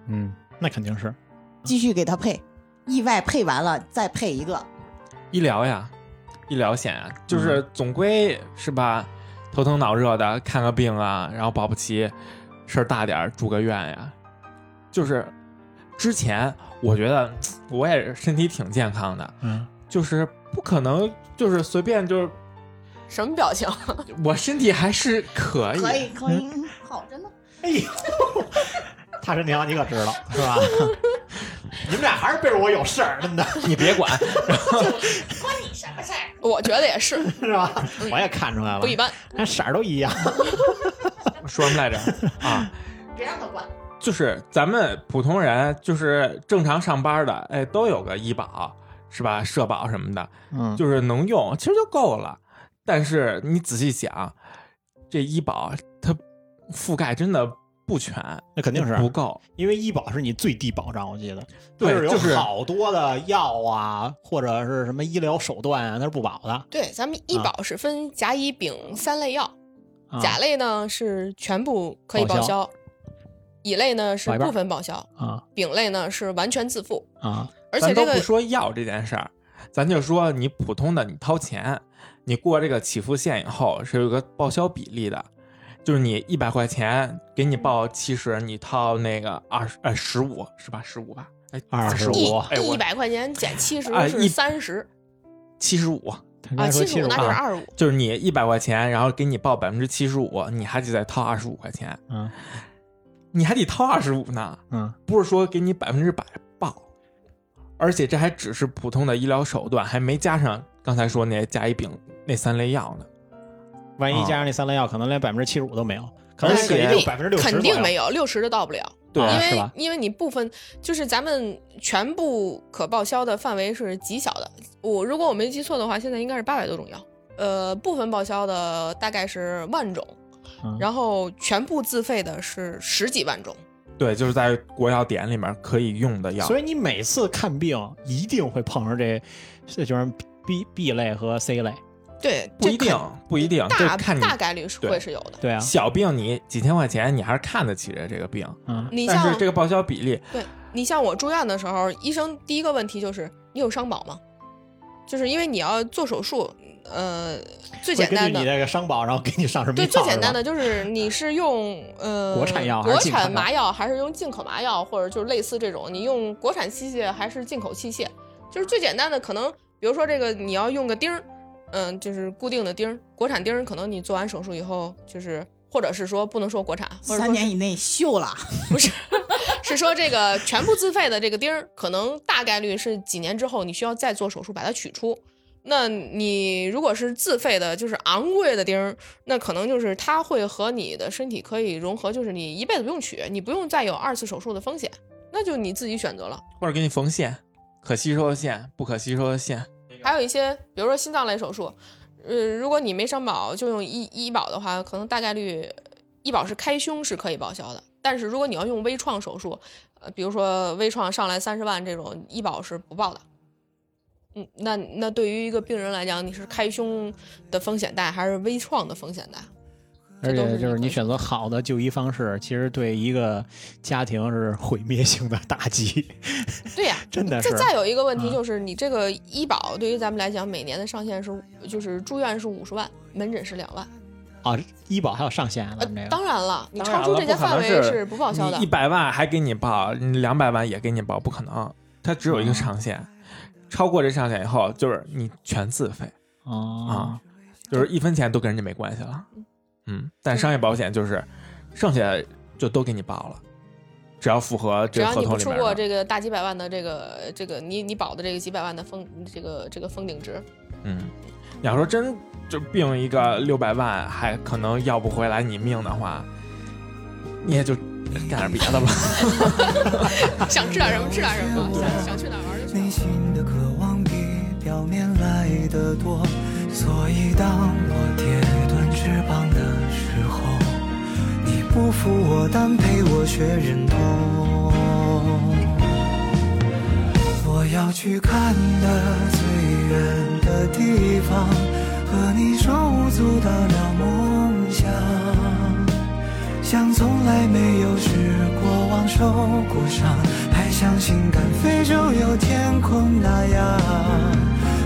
Speaker 1: 嗯，那肯定是。
Speaker 3: 继续给他配，意外配完了再配一个，
Speaker 2: 医疗呀，医疗险啊，就是总归是吧，头疼脑热的看个病啊，然后保不齐事儿大点儿住个院呀。就是之前我觉得我也身体挺健康的，
Speaker 1: 嗯，
Speaker 2: 就是不可能就是随便就是
Speaker 4: 什么表情？
Speaker 2: 我身体还是可以，
Speaker 3: 可以可以，哎嗯好着呢。
Speaker 1: 哎呦， 他是娘，你可知道是 吧？你们俩还是背着我有事儿，真的。
Speaker 2: 你别管，
Speaker 3: 关你什么事儿？
Speaker 4: 我觉得也是
Speaker 1: 是吧？我也看出来了
Speaker 4: 不，一般。
Speaker 1: 那色儿都一样。
Speaker 2: 说什么来着啊？
Speaker 3: 别让他管。
Speaker 2: 就是咱们普通人，就是正常上班的，哎，都有个医保是吧？社保什么的，
Speaker 1: 嗯，
Speaker 2: 就是能用，其实就够了。但是你仔细想，这医保它覆盖真的不全，
Speaker 1: 那肯定是
Speaker 2: 不够。
Speaker 1: 因为医保是你最低保障，我记得
Speaker 2: 对
Speaker 1: 它是有
Speaker 2: 就是
Speaker 1: 好多的药啊，或者是什么医疗手段啊，它是不保的。
Speaker 4: 对，咱们医
Speaker 1: 啊
Speaker 4: 保是分甲、乙、丙三类药，
Speaker 1: 啊
Speaker 4: 甲类呢是全部可以
Speaker 1: 报
Speaker 4: 报
Speaker 1: 销
Speaker 4: 销，乙类呢是
Speaker 1: 报一半
Speaker 4: 部分报销，
Speaker 1: 啊
Speaker 4: 丙类呢是完全自付。
Speaker 1: 啊，
Speaker 4: 而且
Speaker 2: 咱
Speaker 4: 这
Speaker 2: 都不
Speaker 4: 个
Speaker 2: 说药这件事儿，咱就说你普通的，你掏钱，你过这个起付线以后是有一个报销比例的，就是你一百块钱给你报七十，你掏那个二十呃十五是吧？十五吧？哎，
Speaker 1: 25
Speaker 4: 一
Speaker 1: 我
Speaker 2: 哎我
Speaker 4: 一百块钱减七十
Speaker 2: 哎
Speaker 4: 是
Speaker 2: 一
Speaker 4: 三十
Speaker 2: 七十五，
Speaker 4: 啊，
Speaker 1: 七
Speaker 4: 七十五那就是
Speaker 2: 啊
Speaker 4: 二十五。
Speaker 2: 就是你一百块钱，然后给你报百分之七十五，你还得再掏二十五块钱，
Speaker 1: 嗯
Speaker 2: 你还得掏二十五呢，
Speaker 1: 嗯
Speaker 2: 不是说给你百分之百报，而且这还只是普通的医疗手段，还没加上刚才说那甲乙丙那三类药呢。
Speaker 1: 万一
Speaker 2: 啊
Speaker 1: 加上那三类药，可能连百分之七十五都没有，可
Speaker 2: 而
Speaker 1: 能
Speaker 2: 且
Speaker 1: 也就百分之六十，
Speaker 4: 肯定没有六十的到不了，
Speaker 2: 对
Speaker 1: 啊
Speaker 4: 因
Speaker 1: 是
Speaker 4: 为
Speaker 1: 吧
Speaker 4: 因为你部分就是咱们全部可报销的范围是极小的。我如果我没记错的话，现在应该是八百多种药，呃，部分报销的大概是万种
Speaker 1: 嗯，
Speaker 4: 然后全部自费的是十几万种。
Speaker 2: 对，就是在国药典里面可以用的药。
Speaker 1: 所
Speaker 2: 以
Speaker 1: 以你每次看病一定会碰上这，这就是 B B 类和 C 类，
Speaker 4: 对，
Speaker 2: 不
Speaker 4: 这
Speaker 2: 一定
Speaker 4: 肯，
Speaker 2: 不一定，就
Speaker 4: 大
Speaker 2: 看你
Speaker 4: 大概率是
Speaker 2: 对
Speaker 4: 会是有的。
Speaker 1: 对啊，
Speaker 2: 小病你几千块钱，你还是看得起的这个病。
Speaker 1: 嗯
Speaker 4: 你
Speaker 2: 但
Speaker 4: 像
Speaker 2: 是这个报销比例，
Speaker 4: 对你像我住院的时候，医生第一个问题就是你有伤保吗？就是因为你要做手术，呃，最
Speaker 1: 会
Speaker 4: 简
Speaker 1: 根
Speaker 4: 单
Speaker 1: 据
Speaker 4: 的
Speaker 1: 你这个伤保，然后给你上什么
Speaker 4: 对，
Speaker 1: 药
Speaker 4: 最简单
Speaker 1: 是吧
Speaker 4: 的就是 你是用呃
Speaker 1: 国产药还是
Speaker 4: 国
Speaker 1: 进口
Speaker 4: 产
Speaker 1: 药
Speaker 4: 麻药，还是用进口麻药，或者就是类似这种，你用国产器械还是进口器械？就是最简单的，可能比如说这个你要用个钉儿，嗯、就是固定的钉儿，国产钉儿，可能你做完手术以后就是。或者是说不能说国产，或者
Speaker 3: 三
Speaker 4: 说是
Speaker 3: 年以内锈了，
Speaker 4: 是说这个全部自费的这个钉儿，可能大概率是几年之后你需要再做手术把它取出。那你如果是自费的，就是昂贵的钉儿，那可能就是它会和你的身体可以融合，就是你一辈子不用取，你不用再有二次手术的风险，那就你自己选择了。
Speaker 2: 或者给你缝线，可吸收的线，不可吸收的线。
Speaker 4: 还有一些，比如说心脏类手术，呃，如果你没上保就用医医保的话，可能大概率医保是开胸是可以报销的，但是如果你要用微创手术，呃，比如说微创上来三十万这种，医保是不报的。嗯，那那对于一个病人来讲，你是开胸的风险大还是微创的风 险大？
Speaker 1: 而
Speaker 4: 这都
Speaker 1: 且
Speaker 4: 是
Speaker 1: 就是
Speaker 4: 一
Speaker 1: 你
Speaker 4: 个
Speaker 1: 选择好的就医方式，其实对一个家庭是毁灭性的打 击，
Speaker 4: 对呀、
Speaker 1: 真的
Speaker 4: 再
Speaker 1: 是
Speaker 4: 再有一个问
Speaker 2: 嗯
Speaker 4: 题
Speaker 1: 啊
Speaker 4: 就是，你这个医保对于咱们来讲，每年的上限是就是住院是五十万，门诊是两万。
Speaker 1: 啊！医保还有上限啊，
Speaker 4: 呃
Speaker 1: 咱们这，个
Speaker 4: 当然了，你
Speaker 2: 当
Speaker 4: 超
Speaker 2: 然
Speaker 4: 出
Speaker 2: 了
Speaker 4: 这些
Speaker 2: 不可能
Speaker 4: 范围是不报销的
Speaker 2: 你一。百万还给你报，你两百万也给你报，不可能，它只有一个上限，超过这上限以后就是你全自费
Speaker 1: 啊
Speaker 2: 啊，，就是一分钱都跟人家没关系了。嗯，但商业保险就是剩下就都给你报了，只要符合这
Speaker 4: 只
Speaker 2: 个
Speaker 4: 要
Speaker 2: 合
Speaker 4: 你
Speaker 2: 同
Speaker 4: 不
Speaker 2: 里
Speaker 4: 出
Speaker 2: 面
Speaker 4: 过
Speaker 2: 的。
Speaker 4: 这个大几百万的这个这个你你保的这个几百万的封这个这个封顶值，
Speaker 2: 嗯，你要说真就病一个六百万还可能要不回来你命的话，你也就干点别的吧。
Speaker 4: 想吃点什么吃点什么，想想去哪儿玩就去哪儿
Speaker 5: 内。心的渴望比表面来得多，所以当我跌断翅膀的时候，你不扶我，但陪我学忍痛。我要去看的最远的地方，和你手足的聊梦想。像从来没有失过望、受过伤，还相信敢飞就有天空那样。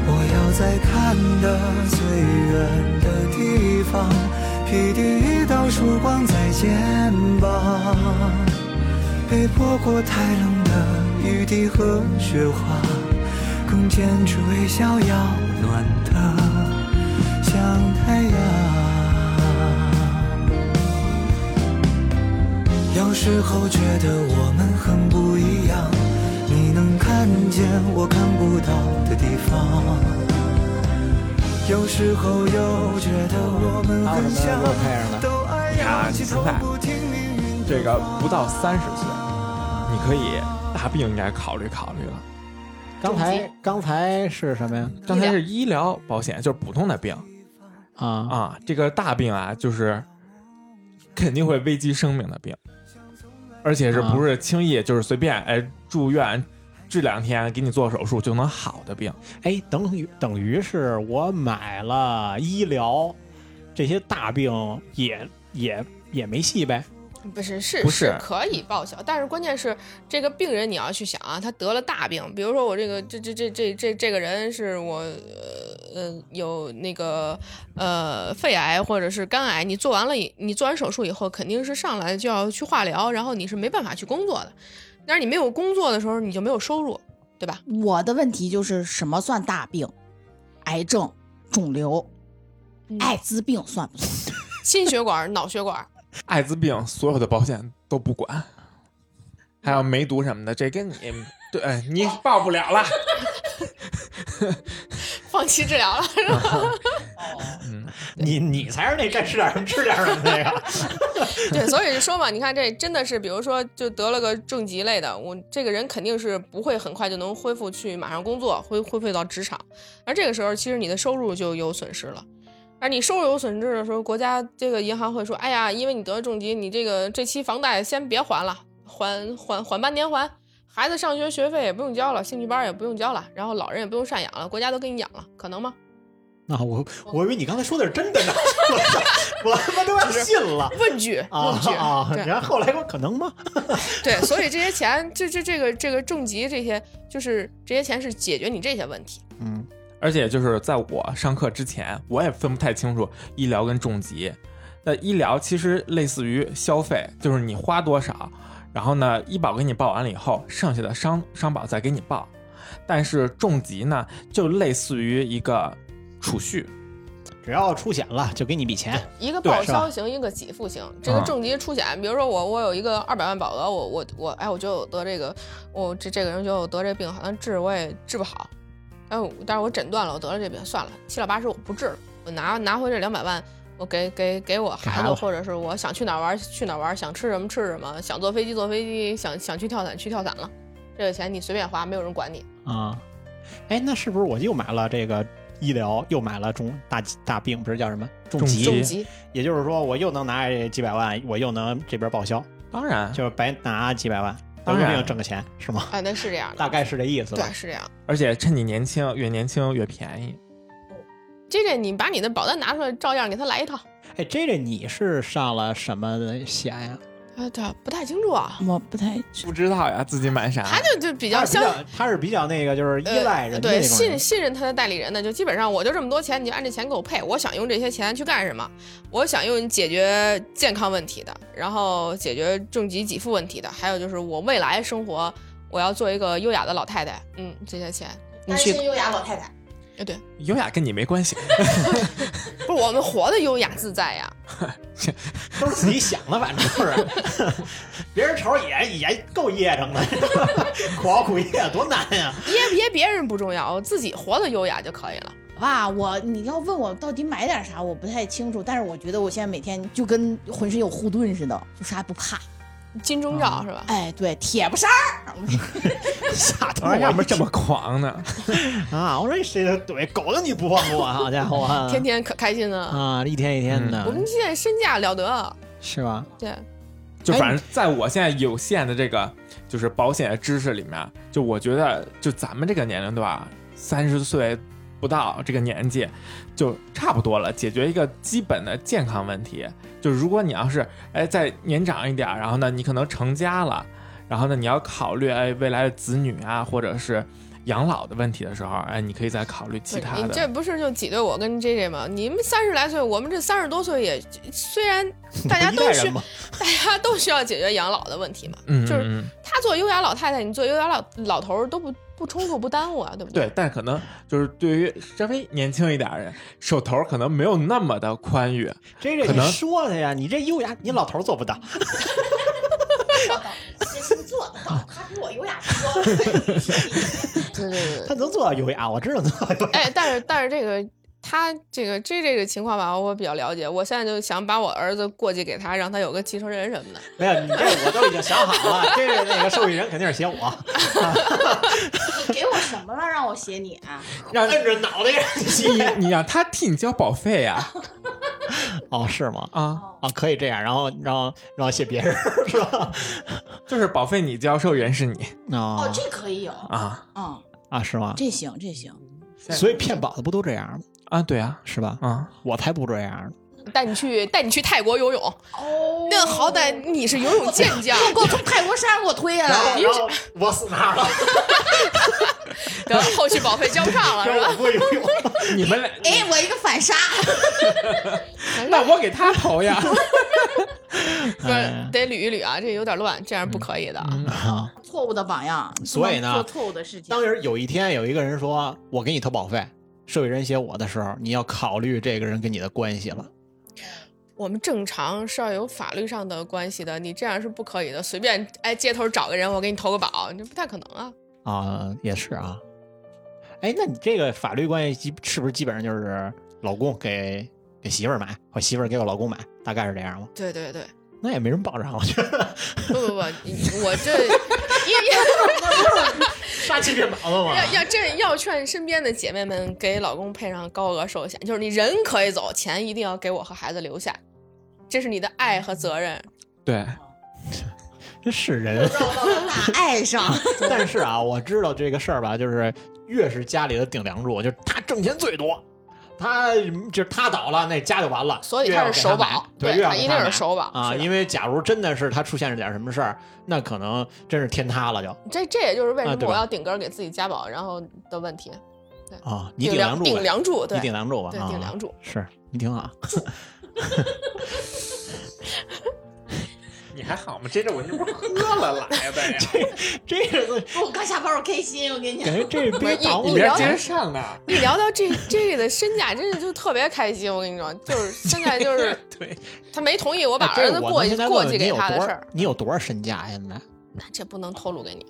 Speaker 5: 我要在看得最远的地方，披第一道曙光在肩膀。被泼过太冷的雨滴和雪花，更坚持微笑要暖得像太阳。有时候觉得我们很不一样，你能看见我看不到的地方。有时候又觉得我们
Speaker 6: 还有
Speaker 5: 很
Speaker 6: 什么
Speaker 5: 像
Speaker 6: 落配上的？
Speaker 5: 都爱
Speaker 2: 呀
Speaker 5: 让
Speaker 2: 你
Speaker 5: 起
Speaker 2: 现
Speaker 5: 头
Speaker 2: 在
Speaker 5: 不听命运的
Speaker 2: 这个不到三十岁，你可以大病应该考虑考虑了。
Speaker 1: 刚才刚才是什么呀？
Speaker 2: 刚才是嗯医疗保险，就是普通的病
Speaker 1: 啊
Speaker 2: 啊，这个大病啊，就是肯定会危及生命的病，而且是不是轻易就是随便哎住院治两天给你做手术就能好的病？
Speaker 1: 哎，等于等于是我买了医疗，这些大病也也也没戏呗。
Speaker 4: 不是是
Speaker 2: 不是
Speaker 4: 是可以报销，但是关键是这个病人你要去想啊，他得了大病，比如说我这个这这这这这这个人是我呃呃有那个呃肺癌或者是肝癌，你做完了以你做完手术以后肯定是上来就要去化疗，然后你是没办法去工作的，但是你没有工作的时候你就没有收入，对吧？
Speaker 3: 我的问题就是什么算大病？癌症、肿瘤、艾滋病算不算？
Speaker 4: 心血管、脑血管，
Speaker 2: 艾滋病所有的保险都不管，还有梅毒什么的，这跟你对哎你报不了了。
Speaker 4: 放弃治疗了。
Speaker 1: 你你才是那该吃点什么吃点什么那个。
Speaker 4: 对，所以就说嘛，你看这真的是，比如说就得了个重疾类的，我这个人肯定是不会很快就能恢复去马上工作，恢恢复到职场，而这个时候其实你的收入就有损失了。而你收入有损失的时候，国家这个银行会说：“哎呀，因为你得了重疾，你这个这期房贷先别还了，缓缓缓半年还。孩子上学学费也不用交了，兴趣班也不用交了，然后老人也不用赡养了，国家都给你养了，可能吗？
Speaker 1: 那、我我以为你刚才说的是真的呢， 我我他妈都要信 了
Speaker 4: 问句，
Speaker 1: 啊
Speaker 4: 问句，
Speaker 1: 啊！
Speaker 4: 对
Speaker 1: 然后后来我可能吗？
Speaker 4: 对，所以这些钱，这这这个这个重疾这些，就是这些钱是解决你这些问题。
Speaker 1: 嗯，
Speaker 2: 而且就是在我上课之前，我也分不太清楚医疗跟重疾。那医疗其实类似于消费，就是你花多少，然后呢，医保给你报完了以后，剩下的商商保再给你报。但是重疾呢，就类似于一个储蓄，
Speaker 1: 只要出险了就给你笔钱。
Speaker 4: 一个
Speaker 2: 对
Speaker 4: 报
Speaker 1: 是吧
Speaker 4: 销型，一个给付型。这个
Speaker 2: 嗯
Speaker 4: 重疾出险，比如说我我有一个二百万保额，我我我，哎，我觉得我得这个，我这这个人觉得我得这病好像治我也治不好，哎，我但是我诊断了我得了这病，算了，七老八十我不治了，我拿拿回这两百万。我给给给我
Speaker 1: 给
Speaker 4: 孩
Speaker 1: 孩
Speaker 4: 子，
Speaker 1: 子
Speaker 4: 或者是我想去哪儿玩儿去哪儿玩儿，想吃什么吃什么，想坐飞机坐飞机，想想去跳伞去跳伞了。这个钱你随便花，没有人管你。
Speaker 1: 啊，哎，那是不是我又买了这个医疗，又买了重大大病，不是叫什么重
Speaker 2: 重
Speaker 1: 疾？
Speaker 2: 疾
Speaker 4: 重疾
Speaker 1: 也就是说，我又能拿这几百万，我又能这边报销，
Speaker 2: 当然，
Speaker 1: 就是白拿几百万，
Speaker 2: 啊当
Speaker 1: 得
Speaker 2: 然
Speaker 1: 个病挣个钱，是吗？
Speaker 4: 啊，那是这样的，
Speaker 1: 大概是这意思吧
Speaker 4: 对，。是这样。
Speaker 2: 而且趁你年轻，越年轻越便宜。
Speaker 4: 这个你把你的保单拿出来，照样给他来一套。
Speaker 1: 哎，J J，你是上了什么险呀？
Speaker 4: 啊，对，不太清楚啊，
Speaker 3: 我不太
Speaker 2: 不知道呀，自己买啥？
Speaker 4: 他就就比
Speaker 1: 啊他是比
Speaker 4: 较相
Speaker 1: 较，他是比较那个，就是依
Speaker 4: 呃
Speaker 1: 赖人的
Speaker 4: 对
Speaker 1: 那种
Speaker 4: 信
Speaker 1: 人。
Speaker 4: 信任他的代理人的，就基本上我就这么多钱，你就按这钱给我配，我想用这些钱去干什么？我想用解决健康问题的，然后解决重疾给付问题的，还有就是我未来生活我要做一个优雅的老太太，嗯，这些钱你去，
Speaker 3: 优雅老太太，
Speaker 4: 呃对，
Speaker 2: 优雅跟你没关系，
Speaker 4: 不是我们活得优雅自在呀，
Speaker 1: 都是自己想的，反正是，别人瞅着也也够噎着的，苦熬苦夜多难呀、
Speaker 4: 别别别人不重要，我自己活得优雅就可以了。
Speaker 3: 哇，我你要问我到底买点啥，我不太清楚，但是我觉得我现在每天就跟浑身有护盾似的，就啥也不怕。
Speaker 4: 金钟罩
Speaker 1: 啊
Speaker 4: 是吧？
Speaker 3: 哎，对，铁 不砂儿，
Speaker 1: 吓
Speaker 2: 我
Speaker 1: 得
Speaker 2: 说
Speaker 1: 我
Speaker 2: 要么这么狂呢？
Speaker 1: 啊！我说谁的怼狗的你不放过，好家伙啊！
Speaker 4: 天天可开心呢。
Speaker 1: 啊，一天一天的
Speaker 4: 我，们现在身价了得，
Speaker 1: 是吧？
Speaker 4: 对。
Speaker 2: 就反正在我现在有限的这个就是保险的知识里面，就我觉得就咱们这个年龄段，三十岁不到这个年纪，就差不多了，解决一个基本的健康问题。就如果你要是哎再年长一点，然后呢你可能成家了，然后呢你要考虑哎未来的子女啊，或者是养老的问题的时候，哎你可以再考虑其他
Speaker 4: 你
Speaker 2: 的。
Speaker 4: 这不是就挤兑我跟 J J 吗？你们三十来岁，我们这三十多岁也，虽然大家
Speaker 1: 一
Speaker 4: 都
Speaker 1: 代
Speaker 4: 需
Speaker 1: 人嘛，
Speaker 4: 大家都需要解决养老的问题嘛。
Speaker 2: 嗯，
Speaker 4: 就是
Speaker 2: 嗯嗯
Speaker 4: 他做优雅老太太，你做优雅老老头儿都不不冲突不耽误啊，对不对？
Speaker 2: 对，但可能就是对于稍微年轻一点的人，手头可能没有那么的宽裕，
Speaker 1: 这这
Speaker 2: 可
Speaker 1: 你
Speaker 2: 能
Speaker 1: 说他呀，你这优雅，你老头儿做不到。
Speaker 3: 先做得到，他比我优雅
Speaker 4: 对对对。
Speaker 1: 他能做到优雅，我知道能做到优雅。
Speaker 4: 哎，但是但是这个他这个 J J 的情况吧，我比较了解。我现在就想把我儿子过继给他，让他有个继承人什么的。
Speaker 1: 没有，你这我都已经想好了，这个那个受益人肯定是写我，
Speaker 3: 你给我什么了，让我写你啊？
Speaker 2: 让
Speaker 1: 摁着脑袋让你
Speaker 2: 你
Speaker 1: 写。
Speaker 2: 你让他替你交保费啊
Speaker 1: 哦，是吗？
Speaker 2: 啊，
Speaker 1: 啊，可以这样，然后然后然后写别人是吧？
Speaker 2: 就是保费你交，受益人是你
Speaker 3: 哦
Speaker 1: 哦，
Speaker 3: 这可以有啊，
Speaker 2: 啊
Speaker 3: 嗯，
Speaker 1: 啊是吗？
Speaker 3: 这行这行，
Speaker 1: 所以骗保的不都这样吗？
Speaker 2: 啊，对啊
Speaker 1: 是吧？
Speaker 2: 啊，
Speaker 1: 我才不这样呢。
Speaker 4: 带你去带你去泰国游泳，
Speaker 3: 哦
Speaker 4: 那好歹你是游泳健将，
Speaker 3: 给我从泰国山上给我推下来，
Speaker 1: 后我死那儿了，
Speaker 4: 然后后续保费交不上了是 吧？
Speaker 1: 不游泳。
Speaker 2: 你们俩
Speaker 3: 哎，我一个反杀，
Speaker 2: 那我给他投呀，
Speaker 4: 不
Speaker 1: 哎
Speaker 4: 是得捋一捋啊，这有点乱，这样
Speaker 1: 嗯
Speaker 4: 不可以的啊。
Speaker 1: 啊，
Speaker 3: 错误的榜样，
Speaker 1: 所以呢
Speaker 3: 不能做错误的事情
Speaker 1: 当，时有一天有一个人说我给你投保费，受益人写我的时候，你要考虑这个人跟你的关系了。
Speaker 4: 我们正常是要有法律上的关系的，你这样是不可以的。随便哎，街头找个人，我给你投个保，这不太可能啊。
Speaker 1: 啊，也是啊。哎，那你这个法律关系基是不是基本上就是老公给给媳妇儿买，或媳妇儿给我老公买，大概是这样吗？
Speaker 4: 对对对，
Speaker 1: 那也没什么保障，我觉 得
Speaker 4: 不不不，我 这因
Speaker 1: 杀鸡骗毛了
Speaker 4: 为要要这要劝身边的姐妹们给老公配上高额寿险，就是你人可以走，钱一定要给我和孩子留下，这是你的爱和责任。
Speaker 2: 对，
Speaker 1: 这是人，啊
Speaker 3: 打爱上，
Speaker 1: 但是啊，我知道这个事儿吧，就是越是家里的顶梁柱，就是他挣钱最多，他就是他倒了，那家就完了，
Speaker 4: 所以
Speaker 1: 越要
Speaker 4: 他是
Speaker 1: 给
Speaker 4: 首
Speaker 1: 买
Speaker 4: 保
Speaker 1: 对，
Speaker 4: 对
Speaker 1: 越要
Speaker 4: 他
Speaker 1: 给
Speaker 4: 一定是
Speaker 1: 买
Speaker 4: 首保
Speaker 1: 啊，
Speaker 4: 是的
Speaker 1: 因为假如真的是他出现了点什么事儿，那可能真是天塌了就
Speaker 4: 这这也就是为
Speaker 1: 啊
Speaker 4: 什
Speaker 1: 对吧
Speaker 4: 么我要顶格给自己加保，然后的问题。
Speaker 1: 啊，你
Speaker 4: 顶
Speaker 1: 梁柱呗，
Speaker 4: 顶梁柱，对
Speaker 1: 你顶梁柱吧，
Speaker 4: 对
Speaker 1: 啊
Speaker 4: 顶梁柱，
Speaker 1: 是你啊挺好。
Speaker 2: 你还好吗？这阵我这不是喝了来的呀，
Speaker 1: 这个
Speaker 3: 我刚下班我开心，我跟你讲
Speaker 1: 感，觉这别挡我
Speaker 4: 你你
Speaker 1: 人
Speaker 4: 了解
Speaker 2: 上啊呢，
Speaker 4: 一聊到这这的身价，真是就特别开心。我跟你说，就是现在就是
Speaker 2: 对，
Speaker 4: 他没同意我
Speaker 1: 哎
Speaker 4: 把
Speaker 1: 这
Speaker 4: 儿子
Speaker 1: 我
Speaker 4: 过
Speaker 1: 能
Speaker 4: 继
Speaker 1: 现在
Speaker 4: 过
Speaker 1: 问问
Speaker 4: 继
Speaker 1: 你
Speaker 4: 给
Speaker 1: 有
Speaker 4: 他的
Speaker 1: 多
Speaker 4: 事
Speaker 1: 少
Speaker 4: 儿，
Speaker 1: 你有多少身价现在？
Speaker 4: 那这不能透露给你。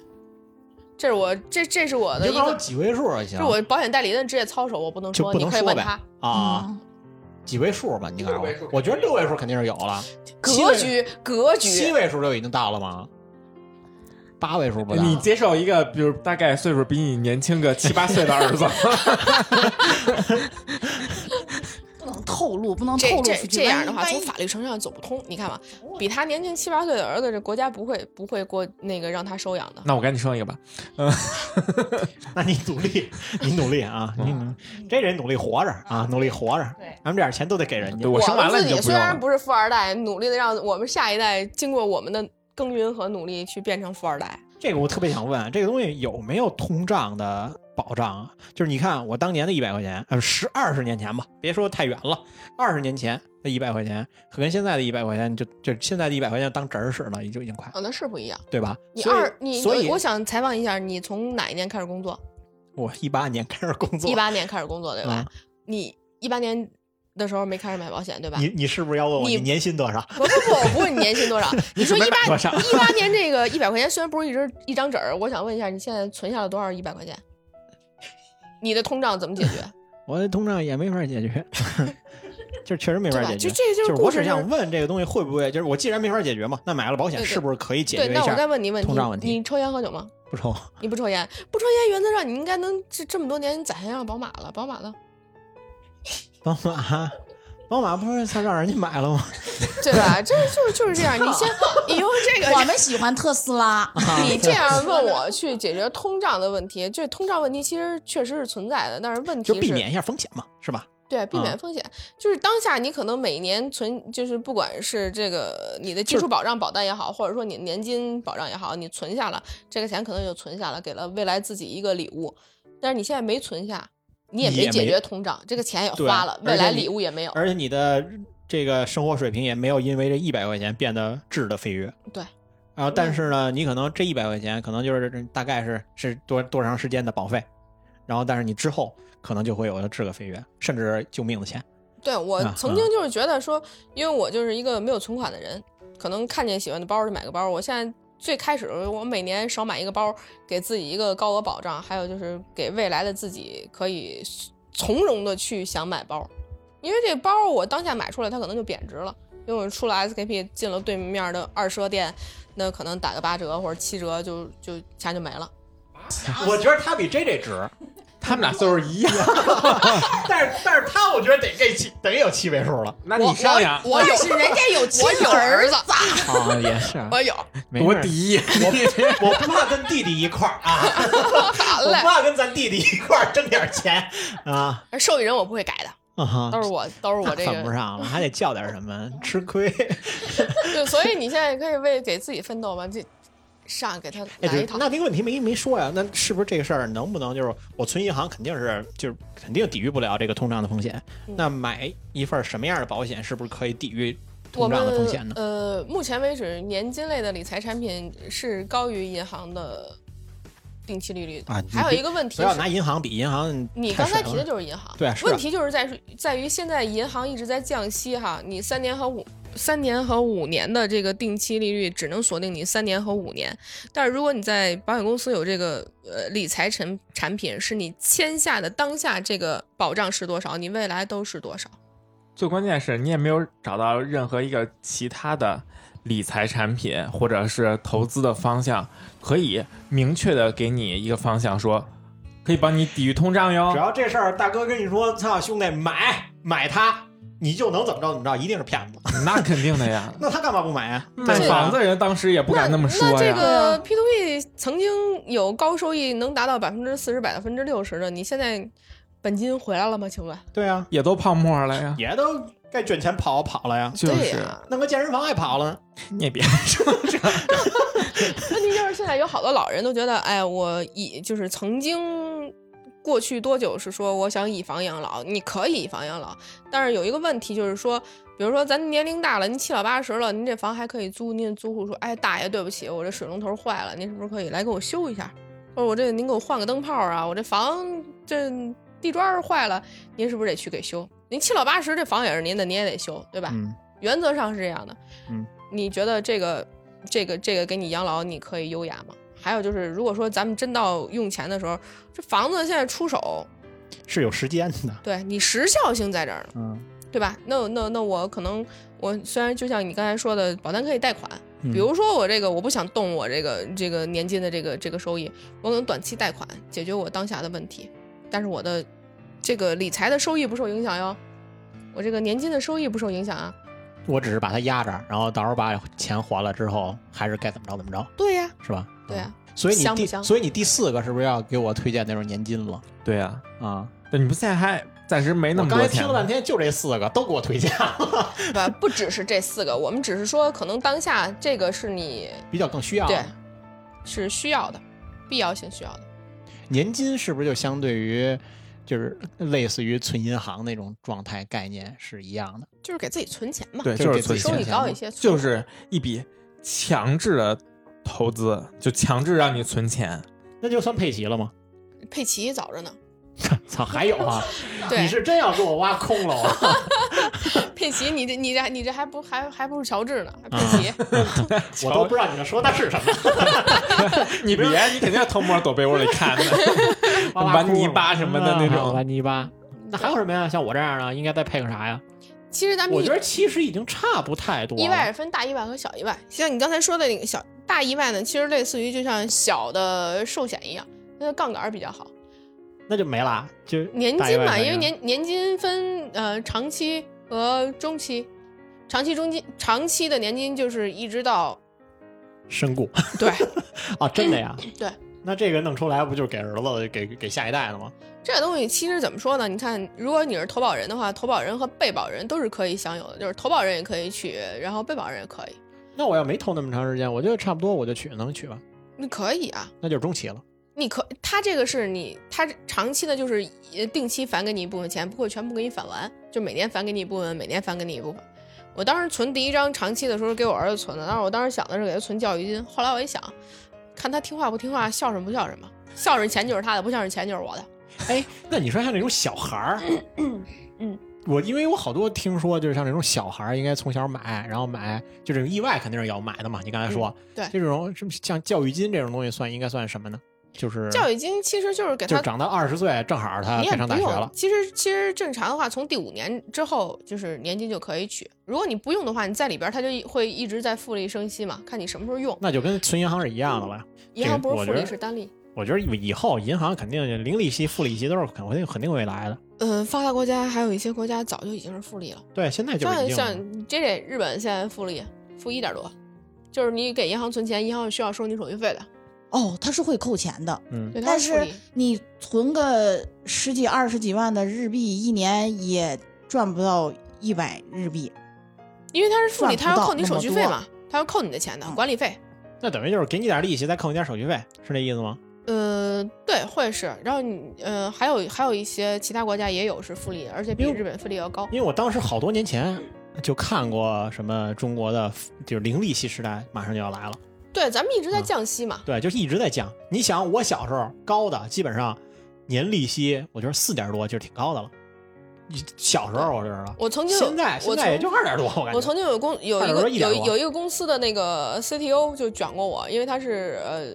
Speaker 4: 这是我这这是我
Speaker 1: 你
Speaker 4: 的
Speaker 1: 就
Speaker 4: 呃一
Speaker 1: 告诉我
Speaker 4: 个，
Speaker 1: 几位数就
Speaker 4: 这
Speaker 1: 行
Speaker 4: 是，我保险代理人的职业操守，我不能
Speaker 1: 就
Speaker 4: 说，
Speaker 1: 不
Speaker 4: 你
Speaker 1: 能
Speaker 4: 可以
Speaker 1: 说
Speaker 4: 问
Speaker 1: 呗
Speaker 4: 他。嗯
Speaker 1: 啊。
Speaker 3: 嗯
Speaker 1: 几位数吧，你告诉
Speaker 2: 六位数
Speaker 1: 我，我觉得六位数肯定是有了，七
Speaker 4: 格
Speaker 1: 位
Speaker 4: 局格
Speaker 1: 七
Speaker 4: 局，
Speaker 1: 位数就已经到了吗？八位数不到，
Speaker 2: 你接受一个，比如大概岁数比你年轻个七八岁的儿子，
Speaker 3: 不能透露，不能透
Speaker 4: 这
Speaker 3: 露
Speaker 4: 这
Speaker 3: 出去，
Speaker 4: 这样的话，
Speaker 3: 万一
Speaker 4: 从法律程序上走不通。你看吧，比他年轻七八岁的儿子，这国家不会不会过那个让他收养的。
Speaker 2: 那我赶紧生一个吧。
Speaker 1: 那你努力， 你努力啊，你努这人努力活着啊，努力活着，
Speaker 3: 对
Speaker 1: 咱们这点钱都得给人家
Speaker 2: 对，我生完
Speaker 4: 们
Speaker 2: 了
Speaker 4: 自
Speaker 2: 你就
Speaker 4: 己
Speaker 2: 不
Speaker 4: 虽
Speaker 2: 用
Speaker 4: 然
Speaker 2: 了。
Speaker 4: 不是富二代，努力的让我们下一代经过我们的耕耘和努力去变成富二代。
Speaker 1: 这个我特别想问，啊这个东西有没有通胀的保障啊？就是你看我当年的一百块钱，呃，十二十年前吧，别说太远了，二十年前的一百块钱，可跟现在的一百块钱，就就现在的一百块钱当侄儿使了，也就已经快，
Speaker 4: 哦，那是不一样。
Speaker 1: 对吧？
Speaker 4: 你
Speaker 1: 所以
Speaker 4: 二你
Speaker 1: 所以
Speaker 4: 我想采访一下，你从哪一年开始工作？
Speaker 1: 我一八年开始工作，
Speaker 4: 一八年开始工作对吧？
Speaker 1: 嗯
Speaker 4: 你一八年的时候没开始买保险对吧？
Speaker 1: 你你是不是要问我
Speaker 4: 你
Speaker 1: 你年薪多少？
Speaker 4: 不不不，我不问你年薪 多少。你说
Speaker 1: 准备
Speaker 4: 一
Speaker 1: 买
Speaker 4: 八
Speaker 1: 多少
Speaker 4: 一八年这个一百块钱虽然不是一张一张纸儿，我想问一下，你现在存下了多少一百块钱？你的通胀怎么解决？
Speaker 1: 我的通胀也没法解 决，就确实没
Speaker 4: 对
Speaker 1: 法
Speaker 4: 吧？
Speaker 1: 解
Speaker 4: 就
Speaker 1: 决。
Speaker 4: 这就
Speaker 1: 就
Speaker 4: 是
Speaker 1: 是
Speaker 4: 故
Speaker 1: 我
Speaker 4: 事
Speaker 1: 只
Speaker 4: 就是
Speaker 1: 想问这个东西会不会，就是我既然没法解决嘛，那买了保险
Speaker 4: 对对
Speaker 1: 是不是可以 解
Speaker 4: 对。
Speaker 1: 决一
Speaker 4: 那我再
Speaker 1: 下
Speaker 4: 问你问题
Speaker 1: 通胀问，题
Speaker 4: 你抽烟喝酒吗？
Speaker 1: 不抽
Speaker 4: 你不抽烟，不抽烟，原则上你应该能这这么多年，你攒下辆宝马了，宝马呢？
Speaker 1: 宝马？宝马不是才让人家买了吗？
Speaker 4: 对吧？这就就是这样，你 先，
Speaker 3: 哎
Speaker 4: 你用这个，
Speaker 3: 我们喜欢特斯拉，
Speaker 4: 你这样问我去解决通胀的问题，这通胀问题其实确实是存在的，但是问题
Speaker 1: 就是避免一下风险嘛，是吧？
Speaker 4: 对避免
Speaker 1: 嗯
Speaker 4: 风险，就是当下你可能每年存，就是不管是这个你的基
Speaker 1: 就是
Speaker 4: 础保障保单也好，或者说你年金保障也好，你存下了这个钱，可能就存下了，给了未来自己一个礼物，但是你现在没存下。你也
Speaker 1: 也
Speaker 4: 没
Speaker 1: 没
Speaker 4: 解决通胀，这个钱也
Speaker 1: 对
Speaker 4: 花了，
Speaker 1: 而
Speaker 4: 未
Speaker 1: 且
Speaker 4: 来
Speaker 1: 你
Speaker 4: 礼物也没有。
Speaker 1: 而且你的这个生活水平也没有因为这一百块钱变得质的飞跃。
Speaker 4: 对。
Speaker 1: 然后，但是呢，你可能这一百块钱，可能就是大概是是多多长时间的保费，然后，但是你之后可能就会有质个飞跃，甚至救命的钱。
Speaker 4: 对我
Speaker 1: 啊
Speaker 4: 曾经就是觉得说，因为我就是一个没有存款的人，可能看见喜欢的包就买个包。我现在最开始我每年少买一个包，给自己一个高额保障，还有就是给未来的自己可以从容的去想买包，因为这包我当下买出来，它可能就贬值了。因为我出了 SKP，进了对面的二奢店，那可能打个八折或者七折就就钱就没了。
Speaker 1: 我觉得他比 J J 值，
Speaker 2: 他们俩岁数一样，
Speaker 1: 但 是但是他我觉得得这七得有七位数了。
Speaker 2: 那
Speaker 4: 我
Speaker 2: 你商量，
Speaker 4: 我有
Speaker 3: 但是人家有亲
Speaker 4: 我有儿
Speaker 3: 子
Speaker 4: 子，
Speaker 1: 啊，也是，
Speaker 4: 我有，
Speaker 1: 我
Speaker 2: 多低，
Speaker 1: 我我不怕跟弟弟一块儿 啊，
Speaker 4: 好
Speaker 1: 我不
Speaker 4: 嘞。
Speaker 1: 怕跟咱弟弟一块儿挣点钱啊
Speaker 4: 受益人我不会改 的，
Speaker 1: 啊哈
Speaker 4: 都是我，都是 我这
Speaker 1: 那啊犯不
Speaker 4: 个。
Speaker 1: 上了，还得叫点什么，吃亏。
Speaker 4: 对，所以你现在可以为给自己奋斗吧，这上给他
Speaker 1: 哎，
Speaker 4: 来一
Speaker 1: 对
Speaker 4: 套，。
Speaker 1: 那这个问题没没说呀？那是不是这个事儿能不能就是我存银行肯定是就是肯定抵御不了这个通胀的风险？
Speaker 4: 嗯
Speaker 1: 那买一份什么样的保险是不是可以抵御通
Speaker 4: 我们
Speaker 1: 胀的风险呢？
Speaker 4: 呃，目前为止，年金类的理财产品是高于银行的定期利率的。
Speaker 1: 啊你
Speaker 4: 还有一个问题
Speaker 1: 不要
Speaker 4: 是，
Speaker 1: 拿银行比，银行
Speaker 4: 你
Speaker 1: 太
Speaker 4: 刚才
Speaker 1: 水
Speaker 4: 提的
Speaker 1: 了
Speaker 4: 就是银行，
Speaker 1: 对啊是啊
Speaker 4: 问题就是在在于现在银行一直在降息哈，你三年和五三年和五年的这个定期利率只能锁定你三年和五年，但是如果你在保险公司有这个呃理财产产品，是你签下的当下这个保障是多少，你未来都是多少。
Speaker 2: 最关键是你也没有找到任何一个其他的理财产品或者是投资的方向，可以明确的给你一个方向说，可以帮你抵御通胀
Speaker 1: 只
Speaker 2: 哟。
Speaker 1: 要这事儿大哥跟你说，操兄弟买买它，你就能怎么着怎么着，一定是 骗子。
Speaker 2: 那肯定的 呀，
Speaker 1: 那他干嘛不买啊？
Speaker 2: 卖房子人当时也不敢么说
Speaker 4: 那这
Speaker 2: 呀。
Speaker 4: 个 P to P 曾经有高收益，能达到百分之四十、百分之六十的，你现在本金回来了吗？请问？
Speaker 1: 对啊，
Speaker 2: 也都泡沫了呀，
Speaker 1: 也都该卷钱跑跑了呀，
Speaker 2: 就是
Speaker 4: 对啊呀
Speaker 1: 弄个健身房还跑了呢。
Speaker 2: 你也 别说这，
Speaker 4: 问题就是现在有好多老人都觉得，哎，我以就是曾经过去多久是说我想以房养老，你可以以房养老，但是有一个问题就是说，比如说咱年龄大了，您七老八十了，您这房还可以租，您租户说，哎，大爷对不起，我这水龙头坏了，您是不是可以来给我修一下？或者我这您给我换个灯泡啊，我这房这地砖儿坏了，您是不是得去给修？您七老八十这房也是您的，您也得修，对吧？
Speaker 1: 嗯，
Speaker 4: 原则上是这样的。
Speaker 1: 嗯，
Speaker 4: 你觉得这个这个这个给你养老，你可以优雅吗？还有就是，如果说咱们真到用钱的时候，这房子现在出手，
Speaker 1: 是有时间的。
Speaker 4: 对你时效性在这儿呢，
Speaker 1: 嗯，
Speaker 4: 对吧？那那那我可能我虽然就像你刚才说的，保单可以贷款，
Speaker 1: 嗯
Speaker 4: 比如说我这个我不想动我这个这个年金的这个这个收益，我可能短期贷款解决我当下的问题，但是我的这个理财的收益不受影响哟，我这个年金的收益不受影响啊。
Speaker 1: 我只是把它压着，然后到时候把钱还了之后，还是该怎么着怎么着，
Speaker 4: 对呀、
Speaker 1: 是吧？嗯
Speaker 4: 对
Speaker 2: 啊
Speaker 4: 呀、
Speaker 1: 所以你
Speaker 4: 香不
Speaker 1: 第
Speaker 4: 香
Speaker 1: 所以你第四个是不是要给我推荐那种年金了
Speaker 2: 对呀、
Speaker 1: 啊？
Speaker 2: 那你不现在还暂时嗯没那
Speaker 1: 我
Speaker 2: 么
Speaker 1: 刚
Speaker 2: 多
Speaker 1: 才
Speaker 2: 钱
Speaker 1: 听了半
Speaker 2: 吗？
Speaker 1: 天，就这四个都给我推荐了，
Speaker 4: 不不只是这四个，我们只是说，可能当下这个是你
Speaker 1: 比较更需要。
Speaker 4: 对是需要的，必要性需要的。
Speaker 1: 年金是不是就相对于就是类似于存银行那种状态概念是一样的？
Speaker 4: 就是给自己存钱嘛，
Speaker 2: 对，
Speaker 1: 就是
Speaker 2: 是
Speaker 1: 给自
Speaker 2: 存
Speaker 1: 己
Speaker 4: 收
Speaker 1: 存
Speaker 2: 钱
Speaker 4: 益
Speaker 1: 钱
Speaker 4: 高
Speaker 1: 嘛
Speaker 4: 一些，存
Speaker 2: 就是一笔强制的投资，就强制让你存钱。
Speaker 1: 那就算配齐了吗？
Speaker 4: 佩奇早着呢。
Speaker 1: 操，还有 啊？你
Speaker 4: 对，
Speaker 1: 是真要给我挖空了啊？
Speaker 4: 佩奇，你这你这你这还不还还不是乔治
Speaker 1: 啊
Speaker 4: 呢，还佩奇。
Speaker 1: 我都不知道你们说的是什么，
Speaker 2: 你别，你肯定要偷摸躲被窝里看的，
Speaker 1: 挖
Speaker 2: 玩
Speaker 1: 空了
Speaker 2: 泥巴什么的那
Speaker 1: 啊
Speaker 2: 种。
Speaker 1: 玩泥巴。那还有什么呀？像我这样的，应该再配个啥呀？
Speaker 4: 其实咱们
Speaker 1: 我
Speaker 4: 一
Speaker 1: 觉得其实已经差不太多了。
Speaker 4: 意外分大意外和小意外，像你刚才说的那个小大意外呢，其实类似于就像小的寿险一样，那杠杆儿比较好。
Speaker 1: 那就没了，就
Speaker 4: 年
Speaker 1: 大意
Speaker 4: 金
Speaker 1: 外
Speaker 4: 嘛，
Speaker 1: 反
Speaker 4: 因为
Speaker 1: 应
Speaker 4: 年年金分呃长期和中期，长期中期长期的年金就是一直到
Speaker 1: 身故
Speaker 4: 对
Speaker 1: 啊，真的呀？
Speaker 4: 嗯对，
Speaker 1: 那这个弄出来不就是给儿子、给给下一代的吗？
Speaker 4: 这个东西其实怎么说呢？你看，如果你是投保人的话，投保人和被保人都是可以享有的，就是投保人也可以取，然后被保人也可以，
Speaker 1: 那我要没投那么长时间，我觉得差不多我就取，能取吧？
Speaker 4: 你可以啊。
Speaker 1: 那就是中期了。
Speaker 4: 你可，他这个是你，他长期的就是呃定期返给你一部分钱，不会全部给你返完，就每年返给你一部分，每年返给你一部分。我当时存第一张长期的时候给我儿子存的，但是我当时想的是给他存教育金，后来我一想，看他听话不听话，孝顺不孝顺吧，孝顺钱就是他的，不孝顺钱就是我的。
Speaker 1: 哎，那你说像那种小孩儿，
Speaker 4: 嗯，
Speaker 1: 我因为我好多听说就是像这种小孩儿应该从小买，然后买就这种意外肯定是要买的嘛。你刚才说，
Speaker 4: 嗯对
Speaker 1: 就这种什么像教育金这种东西算应该算什么呢？就是
Speaker 4: 教育金其实就是给
Speaker 1: 就
Speaker 4: 他
Speaker 1: 是长到二十岁，正好他
Speaker 4: 你也
Speaker 1: 该上
Speaker 4: 不
Speaker 1: 大学
Speaker 4: 用
Speaker 1: 了，。
Speaker 4: 其实其实正常的话，从第五年之后就是年金就可以取。如果你不用的话，你在里边儿它就会一直在复利升息嘛，看你什么时候用。
Speaker 1: 那就跟存银行是一样的吧？
Speaker 4: 银行
Speaker 1: 这
Speaker 4: 不
Speaker 1: 个
Speaker 4: 是
Speaker 1: 我觉
Speaker 4: 复利，
Speaker 1: 得
Speaker 4: 是单利。
Speaker 1: 我觉得以后银行肯定零利息、负利息都是肯定肯定会来的。
Speaker 4: 嗯，发达国家还有一些国家早就已经是复利了，
Speaker 1: 对，现在就是
Speaker 4: 像
Speaker 1: 已经
Speaker 4: 像这得日本现在复利负一点多，就是你给银行存钱，银行需要收你手续费的。
Speaker 3: 哦，它是会扣钱的，
Speaker 1: 嗯，
Speaker 4: 对它
Speaker 3: 但
Speaker 4: 复
Speaker 3: 是
Speaker 4: 利
Speaker 3: 你存个十几二十几万的日币，一年也赚不到一百日币。
Speaker 4: 因为它是复利，它
Speaker 3: 赚不
Speaker 4: 要
Speaker 3: 到
Speaker 4: 扣你
Speaker 3: 那么
Speaker 4: 手续费
Speaker 3: 多
Speaker 4: 嘛，它要扣你的钱的
Speaker 3: 嗯
Speaker 4: 管理费。
Speaker 1: 那等于就是给你点利息，再扣你点手续费，是这意思吗？
Speaker 4: 呃，对，会是，然后你，呃，还有还有一些其他国家也有是复利，而且比
Speaker 1: 因为
Speaker 4: 日本复利要高。
Speaker 1: 因为我当时好多年前就看过什么中国的就是零利息时代马上就要来了，
Speaker 4: 对，咱们一直在
Speaker 1: 嗯
Speaker 4: 降息嘛，
Speaker 1: 对，就是一直在降。你想我小时候高的基本上年利息，我觉得四点多就挺高的了。你小时候我知道，
Speaker 4: 我曾经有
Speaker 1: 现在现
Speaker 4: 我
Speaker 1: 在也就
Speaker 4: 曾
Speaker 1: 二点多，我感觉。
Speaker 4: 我曾经有公有一
Speaker 1: 二
Speaker 4: 个
Speaker 1: 十一点
Speaker 4: 有一
Speaker 1: 多
Speaker 4: 有一个公司的那个 CTO 就卷过我，因为他是呃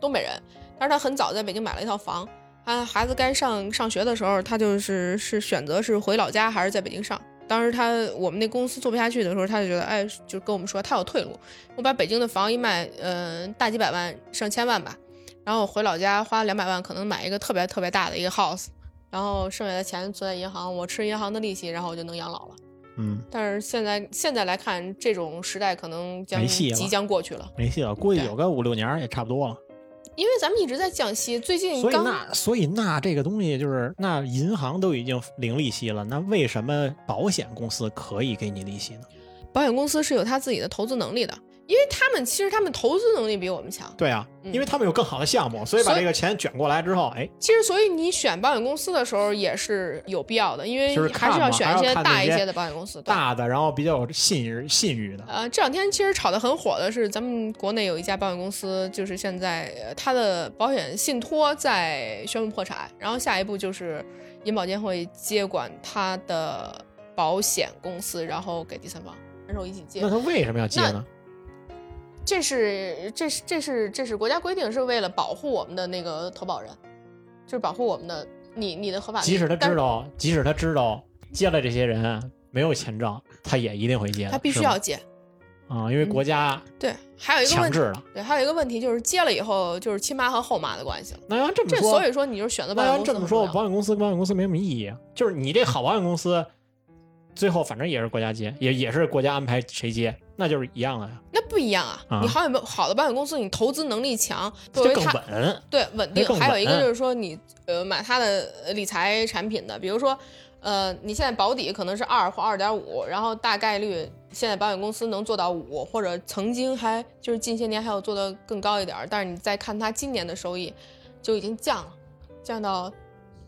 Speaker 4: 东北人，但是他很早在北京买了一套房，他孩子该上上学的时候，他就是是选择是回老家还是在北京上。当时他我们那公司做不下去的时候，他就觉得哎，就跟我们说他有退路，我把北京的房一卖，嗯、大几百万上千万吧，然后回老家花两百万，可能买一个特别特别大的一个 house，然后剩下的钱存在银行，我吃银行的利息，然后我就能养老了。
Speaker 1: 嗯，
Speaker 4: 但是现在现在来看，这种时代可能将
Speaker 1: 没戏了
Speaker 4: 即将过去了，
Speaker 1: 没戏了，估计
Speaker 4: 对
Speaker 1: 有个五六年儿也差不多了。
Speaker 4: 因为咱们一直在降息，最近
Speaker 1: 所以
Speaker 4: 刚啊
Speaker 1: 那所以那这个东西就是，那银行都已经零利息了，那为什么保险公司可以给你利息呢？
Speaker 4: 保险公司是有他自己的投资能力的，因为他们其实他们投资能力比我们强。
Speaker 1: 对啊，
Speaker 4: 嗯
Speaker 1: 因为他们有更好的项目，所以把
Speaker 4: 所以
Speaker 1: 这个钱卷过来之后，哎，
Speaker 4: 其实，所以你选保险公司的时候也是有必要的，因为
Speaker 1: 就是
Speaker 4: 还
Speaker 1: 看
Speaker 4: 是
Speaker 1: 嘛
Speaker 4: 要选一
Speaker 1: 还要看那
Speaker 4: 大一
Speaker 1: 些
Speaker 4: 些的保险公司。对，
Speaker 1: 大的然后比较有信誉信誉的，
Speaker 4: 呃，这两天其实炒得很火的是，咱们国内有一家保险公司，就是现在呃它的保险信托在宣布破产，然后下一步就是银保监会接管它的保险公司，然后给第三方人手一起接
Speaker 1: 那。他为什么要借呢？
Speaker 4: 啊这是这是这是这是国家规定，是为了保护我们的那个投保人，就是保护我们的你你的合法利益。
Speaker 1: 即使他
Speaker 4: 但
Speaker 1: 知道，即使他知道接了这些人没有钱挣，他也一定会借的，
Speaker 4: 他必须
Speaker 1: 是吗
Speaker 4: 要接。
Speaker 1: 啊、因为国家
Speaker 4: 对，还有一个
Speaker 1: 强
Speaker 4: 问
Speaker 1: 制
Speaker 4: 题，
Speaker 1: 了。
Speaker 4: 对，还有一个问题就是接了以后就是亲妈和后妈的关系了。
Speaker 1: 那要这么
Speaker 4: 这
Speaker 1: 说
Speaker 4: 所，以说你就是选择保
Speaker 1: 那
Speaker 4: 险
Speaker 1: 要
Speaker 4: 公
Speaker 1: 这
Speaker 4: 司很
Speaker 1: 么
Speaker 4: 重
Speaker 1: 说，
Speaker 4: 要
Speaker 1: 保险公司跟保险公司没什么意义啊。就是你这好保险公司，最后反正也是国家接，也也是国家安排谁接，那就是一样的呀，
Speaker 4: 那不一样啊！
Speaker 1: 啊
Speaker 4: 你好有没有好的保险公司，你投资能力强，作
Speaker 1: 这
Speaker 4: 为
Speaker 1: 更
Speaker 4: 它
Speaker 1: 稳。
Speaker 4: 对稳定
Speaker 1: 这更，
Speaker 4: 还有一个
Speaker 1: 稳
Speaker 4: 就是说你呃买它的呃理财产品的，比如说呃你现在保底可能是二或二点五，然后大概率现在保险公司能做到五，或者曾经还就是近些年还有做的更高一点儿，但是你再看它今年的收益就已经降了，降到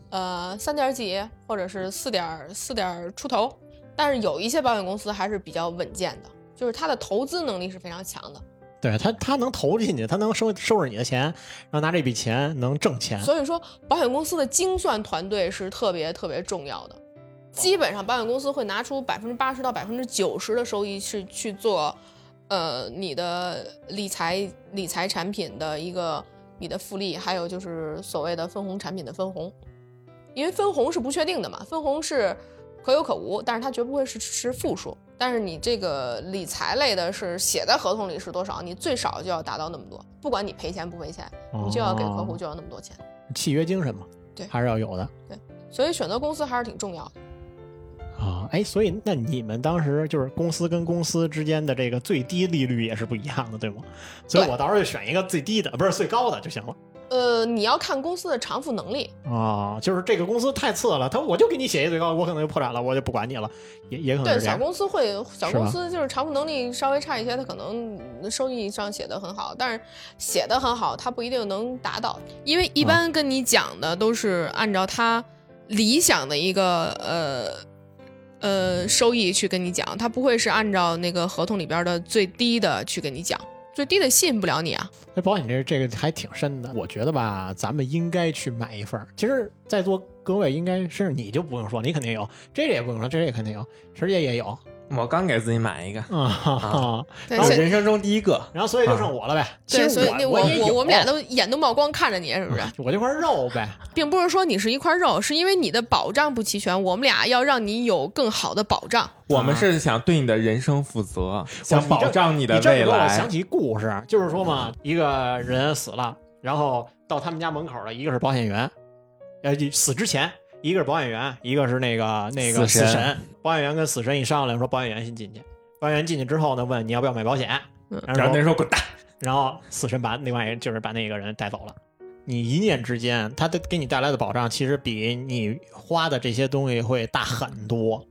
Speaker 4: 呃三点儿几或者是四点儿四点儿出头，但是有一些保险公司还是比较稳健的，就是它的投资能力是非常强的。
Speaker 1: 对他，他能投进去，他能收收拾你的钱，然后拿这笔钱能挣钱。
Speaker 4: 所以说，保险公司的精算团队是特别特别重要的。基本上，保险公司会拿出百分之八十到百分之九十的收益是去做，呃，你的理财理财产品的一个你的复利，还有就是所谓的分红产品的分红，因为分红是不确定的嘛，分红是可有可无，但是它绝不会是是负数。但是你这个理财类的是写在合同里是多少，你最少就要达到那么多，不管你赔钱不赔钱，你就要给客户
Speaker 1: 哦
Speaker 4: 就要那么多钱。
Speaker 1: 契约精神嘛，
Speaker 4: 对
Speaker 1: 还是要有的
Speaker 4: 所以选择公司还是挺重要的。
Speaker 1: 啊。哎，所以那你们当时就是公司跟公司之间的这个最低利率也是不一样的，对吗？所以
Speaker 4: 对
Speaker 1: 我到时候就选一个最低的，不是最高的就行了
Speaker 4: 呃，你要看公司的偿付能力，
Speaker 1: 啊。就是这个公司太次了，他我就给你写一最高，我可能就破产了，我就不管你了，也也可能嗯
Speaker 4: 对
Speaker 1: 是这
Speaker 4: 小
Speaker 1: 样。
Speaker 4: 公司会，小
Speaker 1: 是
Speaker 4: 公
Speaker 1: 吧
Speaker 4: 司就是偿付能力稍微差一些，它可能收益上写的很好，但是写的很好，它不一定能达到，因为
Speaker 1: 嗯
Speaker 4: 一般跟你讲的都是按照他理想的一个呃呃收益去跟你讲，他不会是按照那个合同里边的最低的去跟你讲，最低的吸引不了你啊。
Speaker 1: 那哎保险这这个还挺深的，我觉得吧，咱们应该去买一份儿。其实，在座各位应该是你就不用说，你肯定有，这个也不用说，这个也肯定有，直接也有，
Speaker 2: 我刚给自己买一个，啊
Speaker 1: 啊哈哈，
Speaker 4: 对，
Speaker 2: 我
Speaker 4: 现
Speaker 2: 哦人生中第一个。
Speaker 1: 然后所以就剩我了呗。哦其
Speaker 4: 对，
Speaker 1: 实
Speaker 4: 所以那
Speaker 1: 我也
Speaker 4: 我
Speaker 1: 有
Speaker 4: 我们俩都眼都冒光看着你，是不是？
Speaker 1: 我这块肉呗，
Speaker 4: 并不是说你是一块肉，是因为你的保障不齐全，我们俩要让你有更好的保障。
Speaker 2: 我们是想对你的人生负责，想保障你
Speaker 1: 你
Speaker 2: 的
Speaker 1: 这
Speaker 2: 未
Speaker 1: 么说我想
Speaker 2: 来。
Speaker 1: 起一故事，就是说嘛，一个人死了，然后到他们家门口的一个是保险员，呃，死之前一个是保险员，一个是那个那个
Speaker 2: 死
Speaker 1: 死
Speaker 2: 神
Speaker 1: 保险员跟死神一商量说，保险员先进去。保险员进去之后呢，问你要不要买保险，
Speaker 4: 嗯
Speaker 1: 然
Speaker 2: 然
Speaker 1: 后说
Speaker 2: 后那人说滚蛋，
Speaker 1: 然后死神把另外一个就是把那个人带走了。你一念之间，他的给你带来的保障，其实比你花的这些东西会大很多。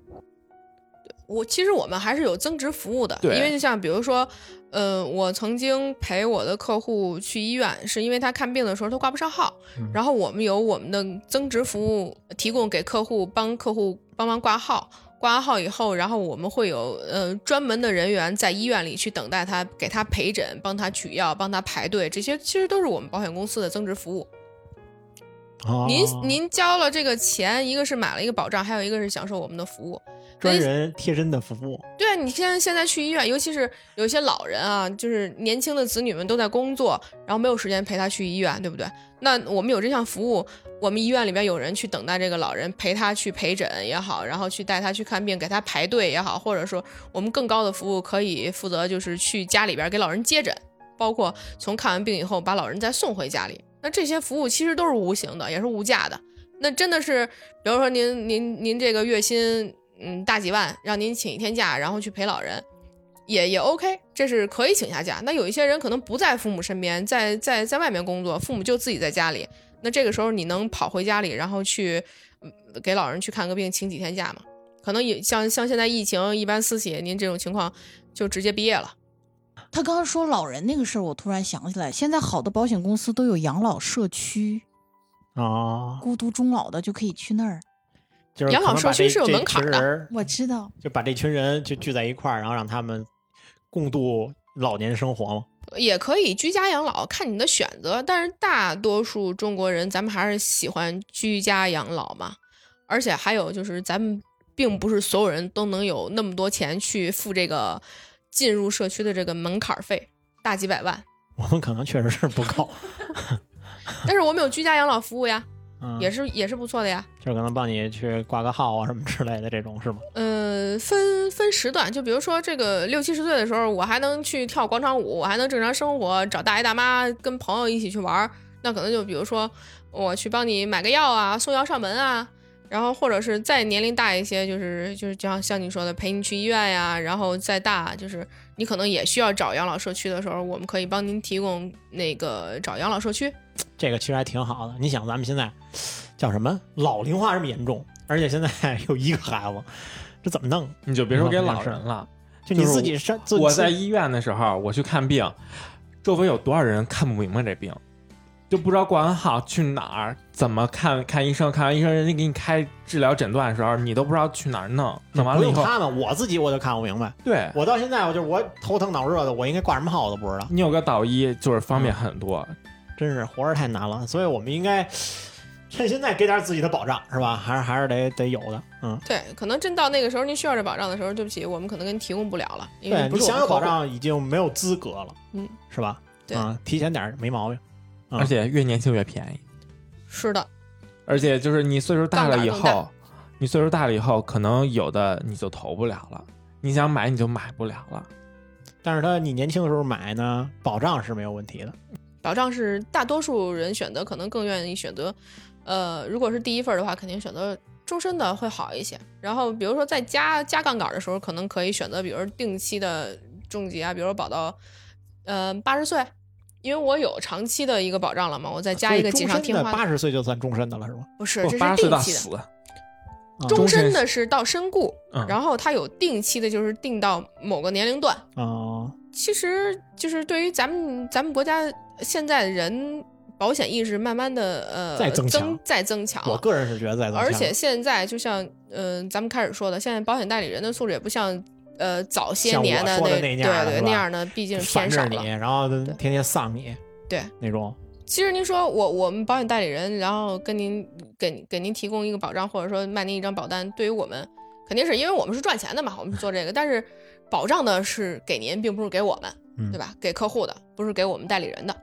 Speaker 4: 我其实我们还是有增值服务的，
Speaker 2: 对
Speaker 4: 因为就像比如说，呃，我曾经陪我的客户去医院，是因为他看病的时候他挂不上号，然后我们有我们的增值服务提供给客户，帮客户帮忙挂号。挂完号以后，然后我们会有呃专门的人员在医院里去等待他，给他陪诊，帮他取药，帮他排队，这些其实都是我们保险公司的增值服务。
Speaker 1: 哦
Speaker 4: 您您交了这个钱，一个是买了一个保障，还有一个是享受我们的服务。
Speaker 1: 专人贴身的服务，
Speaker 4: 对啊，你现在现在去医院，尤其是有一些老人啊，就是年轻的子女们都在工作，然后没有时间陪他去医院，对不对？那我们有这项服务，我们医院里边有人去等待这个老人，陪他去陪诊也好，然后去带他去看病，给他排队也好，或者说我们更高的服务可以负责就是去家里边给老人接诊，包括从看完病以后把老人再送回家里。那这些服务其实都是无形的，也是无价的。那真的是，比如说您您您这个月薪嗯大几万，让您请一天假，然后去陪老人，也也 OK，这是可以请下假。那有一些人可能不在父母身边，在在在外面工作，父母就自己在家里。那这个时候你能跑回家里，然后去嗯给老人去看个病，请几天假吗？可能也像像现在疫情，一般私企您这种情况就直接毕业了。
Speaker 3: 他刚刚说老人那个事儿，我突然想起来，现在好的保险公司都有养老社区，
Speaker 1: 啊，
Speaker 3: 孤独终老的就可以去那儿。
Speaker 1: 就是
Speaker 4: 养老
Speaker 1: 可能把
Speaker 4: 社区
Speaker 1: 这
Speaker 4: 是有
Speaker 1: 这
Speaker 4: 门槛
Speaker 1: 群
Speaker 4: 的
Speaker 1: 人
Speaker 3: 我知道，
Speaker 1: 就把这群人就聚在一块儿，然后让他们共度老年生活嘛。
Speaker 4: 也可以居家养老，看你的选择。但是大多数中国人，咱们还是喜欢居家养老嘛。而且还有就是，咱们并不是所有人都能有那么多钱去付这个进入社区的这个门槛费，大几百万。
Speaker 1: 我们可能确实是不够，
Speaker 4: 但是我们有居家养老服务呀，
Speaker 1: 嗯，
Speaker 4: 也是也是不错的呀。
Speaker 1: 就是可能帮你去挂个号啊什么之类的这种是吗？
Speaker 4: 呃，分分时段，就比如说这个六七十岁的时候，我还能去跳广场舞，我还能正常生活，找大爷大妈跟朋友一起去玩儿。那可能就比如说我去帮你买个药啊，送药上门啊，然后或者是再年龄大一些，就是就是就像像你说的陪你去医院呀，然后再大就是你可能也需要找养老社区的时候，我们可以帮您提供那个找养老社区。
Speaker 1: 这个其实还挺好的。你想，咱们现在叫什么老龄化这么严重，而且现在有一个孩子，这怎么弄？
Speaker 2: 你就别
Speaker 1: 嗯
Speaker 2: 说给老人了。
Speaker 1: 就你
Speaker 2: 就是
Speaker 1: 自己上，自
Speaker 2: 我在医院的时候，我去看病，周围有多少人看不明白这病，就不知道挂完号去哪儿，怎么看看医生，看完医生人家给你开治疗诊断的时候，你都不知道去哪儿弄，
Speaker 1: 自
Speaker 2: 弄完
Speaker 1: 不
Speaker 2: 了
Speaker 1: 用
Speaker 2: 以后，
Speaker 1: 他们，我自己我就看不明白。
Speaker 2: 对
Speaker 1: 我到现在，我就是我头疼脑热的，我应该挂什么号我都不知道，
Speaker 2: 你有个导医就是方便很多。
Speaker 1: 真是活着太难了。所以我们应该趁现在给点自己的保障，是吧？还是还是得得有的，嗯。
Speaker 4: 对，可能真到那个时候您需要这保障的时候，对不起，我们可能给您提供不了了，因为
Speaker 1: 对
Speaker 4: 不
Speaker 1: 你
Speaker 4: 是我
Speaker 1: 想有
Speaker 4: 们客
Speaker 1: 保
Speaker 4: 户
Speaker 1: 障已经没有资格了，
Speaker 4: 嗯，
Speaker 1: 是吧？
Speaker 4: 对
Speaker 1: 啊，提前点儿没毛病。嗯
Speaker 2: 而且越年轻越便宜。
Speaker 4: 是的。
Speaker 2: 而且就是你岁数大了以
Speaker 4: 杠杆更
Speaker 2: 后，你岁数大了以后，可能有的你就投不了了，你想买你就买不了了。
Speaker 1: 但是他你年轻的时候买呢，保障是没有问题的。
Speaker 4: 保障是大多数人选择，可能更愿意选择，呃，如果是第一份儿的话，肯定选择终身的会好一些。然后比如说在加加杠杆儿的时候，可能可以选择，比如说定期的重疾啊，比如说保到，呃，八十岁，因为我有长期的一个保障了嘛，我
Speaker 2: 啊
Speaker 4: 再加一个锦上添花的，
Speaker 1: 八十岁就算终身的了，是吗？
Speaker 4: 不是，
Speaker 2: 不
Speaker 4: 这
Speaker 2: 哦八
Speaker 4: 是
Speaker 2: 十岁
Speaker 4: 定
Speaker 2: 到
Speaker 4: 期的。
Speaker 2: 死，
Speaker 1: 啊
Speaker 4: 终身
Speaker 2: 身
Speaker 4: 的是到身故，
Speaker 2: 嗯
Speaker 4: 然后它有定期的，就是定到某个年龄段，
Speaker 1: 啊，
Speaker 4: 其实就是对于咱们咱们国家现在人保险意识慢慢的呃
Speaker 1: 在增强
Speaker 4: 在增强，
Speaker 1: 我个人是觉得在增
Speaker 4: 啊而
Speaker 1: 强
Speaker 4: 且现在就像嗯、呃咱们开始说的，现在保险代理人的素质也不像呃早些
Speaker 1: 像我
Speaker 4: 年
Speaker 1: 说的
Speaker 4: 那
Speaker 1: 那样儿
Speaker 4: 对对
Speaker 1: 是吧
Speaker 4: 那样的，毕竟
Speaker 1: 烦
Speaker 4: 偏
Speaker 1: 着
Speaker 4: 少
Speaker 1: 你，
Speaker 4: 了。
Speaker 1: 然后天天丧你，
Speaker 4: 对
Speaker 1: 那种
Speaker 4: 其实您说我我们保险代理人，然后跟您给给您提供一个保障，或者说卖您一张保单，对于我们肯定是因为我们是赚钱的嘛，我们是做这个，但是保障的是给您，并不是给我们，
Speaker 1: 嗯
Speaker 4: 对吧？给客户的，不是给我们代理人的。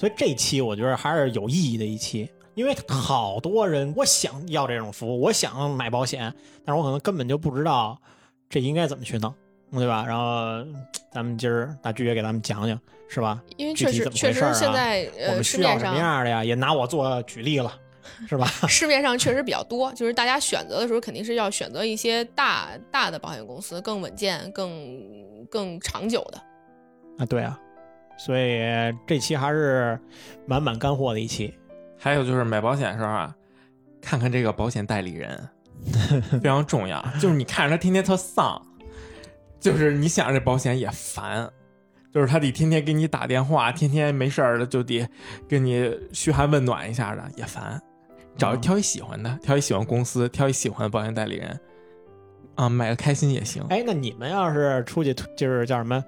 Speaker 1: 所以这期我觉得还是有意义的一期，因为好多人我想要这种服务，我想买保险，但是我可能根本就不知道这应该怎么去弄，对吧？然后咱们今儿大巨也给咱们讲讲，是吧？
Speaker 4: 因为
Speaker 1: 具
Speaker 4: 确
Speaker 1: 体
Speaker 4: 实
Speaker 1: 怎么
Speaker 4: 确
Speaker 1: 回
Speaker 4: 实
Speaker 1: 事儿啊
Speaker 4: 现在
Speaker 1: 我
Speaker 4: 呃
Speaker 1: 们
Speaker 4: 市
Speaker 1: 需要
Speaker 4: 面
Speaker 1: 什
Speaker 4: 上
Speaker 1: 么样的呀？也拿我做举例了，是吧？
Speaker 4: 市面上确实比较多，就是大家选择的时候肯定是要选择一些大大的保险公司，更稳健、更更长久的。
Speaker 1: 啊，对啊，所以这期还是满满干货的一期。
Speaker 2: 还有就是买保险的时候啊，看看这个保险代理人 非常重要，就是你看着他天天特丧，就是你想着这保险也烦。就是他得天天给你打电话，天天没事儿的就得跟你嘘寒问暖一下的，也烦。找
Speaker 1: 嗯
Speaker 2: 挑一喜欢的，挑一喜欢公司，挑一喜欢的保险代理人，啊，买个开心也行。
Speaker 1: 哎，那你们要是出去推就是叫什么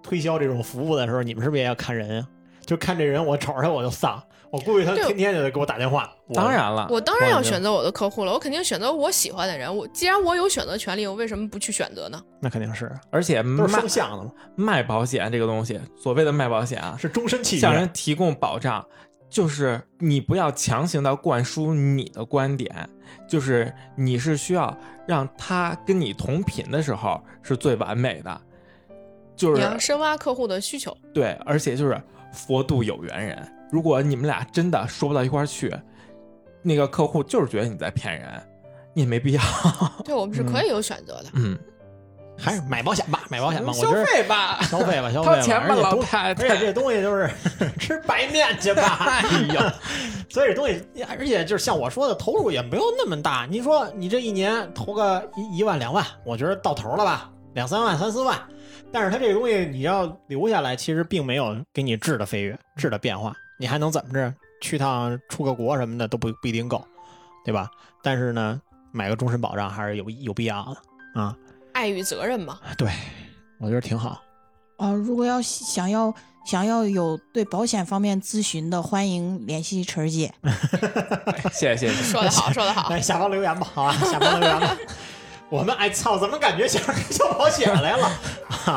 Speaker 1: 推销这种服务的时候，你们是不是也要看人啊？就看这人，我瞅着他我就丧，我估计他
Speaker 4: 对
Speaker 1: 天天就得给我打电话。我
Speaker 2: 当，然了，
Speaker 4: 我当然要
Speaker 1: 我觉得
Speaker 4: 选择我的客户了，我肯定选择我喜欢的人。我既然我有选择权利，我为什么不去选择呢？
Speaker 1: 那肯定是啊
Speaker 2: 而且
Speaker 1: 都
Speaker 2: 卖
Speaker 1: 是双向的嘛，
Speaker 2: 卖保险这个东西，所谓的卖保险啊，
Speaker 1: 是终身契
Speaker 2: 向
Speaker 1: 约
Speaker 2: 人。提供保障，就是你不要强行的灌输你的观点，就是你是需要让他跟你同频的时候是最完美的，就
Speaker 4: 你
Speaker 2: 是
Speaker 4: 要深挖客户的需求。
Speaker 2: 对，而且就是佛度有缘人，如果你们俩真的说不到一块儿去，那个客户就是觉得你在骗人，你也没必要，
Speaker 4: 对我们是可以有选择的。
Speaker 2: 嗯，
Speaker 1: 还是买保险吧，买保险吧，我
Speaker 2: 消
Speaker 1: 觉得
Speaker 2: 费吧，
Speaker 1: 消费吧，消费
Speaker 2: 掏
Speaker 1: 吧，
Speaker 2: 钱吧，
Speaker 1: 而且
Speaker 2: 老
Speaker 1: 东
Speaker 2: 太
Speaker 1: 而且
Speaker 2: 太。
Speaker 1: 这东西就是 吃白面去 吧，哎呀， 所以这东西，而且就是像我说的，投入也没有那么大。你说你这一年投个一一万两万，我觉得到头了吧，两三万三四万。但是它这个东西你要留下来，其实并没有给你质的飞跃、质的变化，你还能怎么着？去趟出个国什么的都不不一定够，对吧？但是呢，买个终身保障还是有有必要的啊。
Speaker 4: 爱与责任嘛，
Speaker 1: 对，我觉得挺好。
Speaker 3: 啊、如果要想要想要有对保险方面咨询的，欢迎联系晨儿姐。
Speaker 2: 哎谢谢谢谢。
Speaker 4: 说得 好，说得好。
Speaker 1: 来哎下方留言吧，好吧，啊下方留言吧。 我们哎操，怎么感觉像是交保险来了？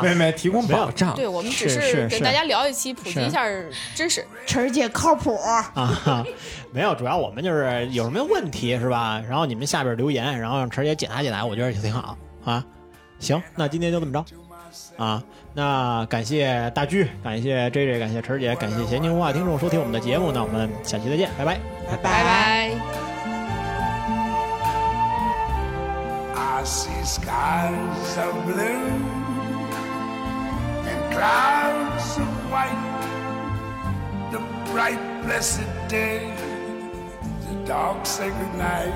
Speaker 2: 没没提供
Speaker 1: 没有
Speaker 2: 保障，
Speaker 4: 对我们只
Speaker 1: 是是
Speaker 4: 给
Speaker 1: 是
Speaker 4: 大家聊一期，普及
Speaker 1: 是
Speaker 4: 一下知识。
Speaker 3: 晨儿姐靠谱，
Speaker 1: 啊，没有，主要我们就是有什么问题是吧？然后你们下边留言，然后让晨儿姐解答解答，我觉得也挺好啊。行，那今天就这么着啊。那感谢大居，感谢 J J，感谢晨儿姐，感谢闲情文化听众收听我们的节目，那我们下期再见，拜拜。
Speaker 3: 拜
Speaker 4: 拜拜。
Speaker 6: I see skies of blue and clouds of white. The bright, blessed day, the dark, sacred night.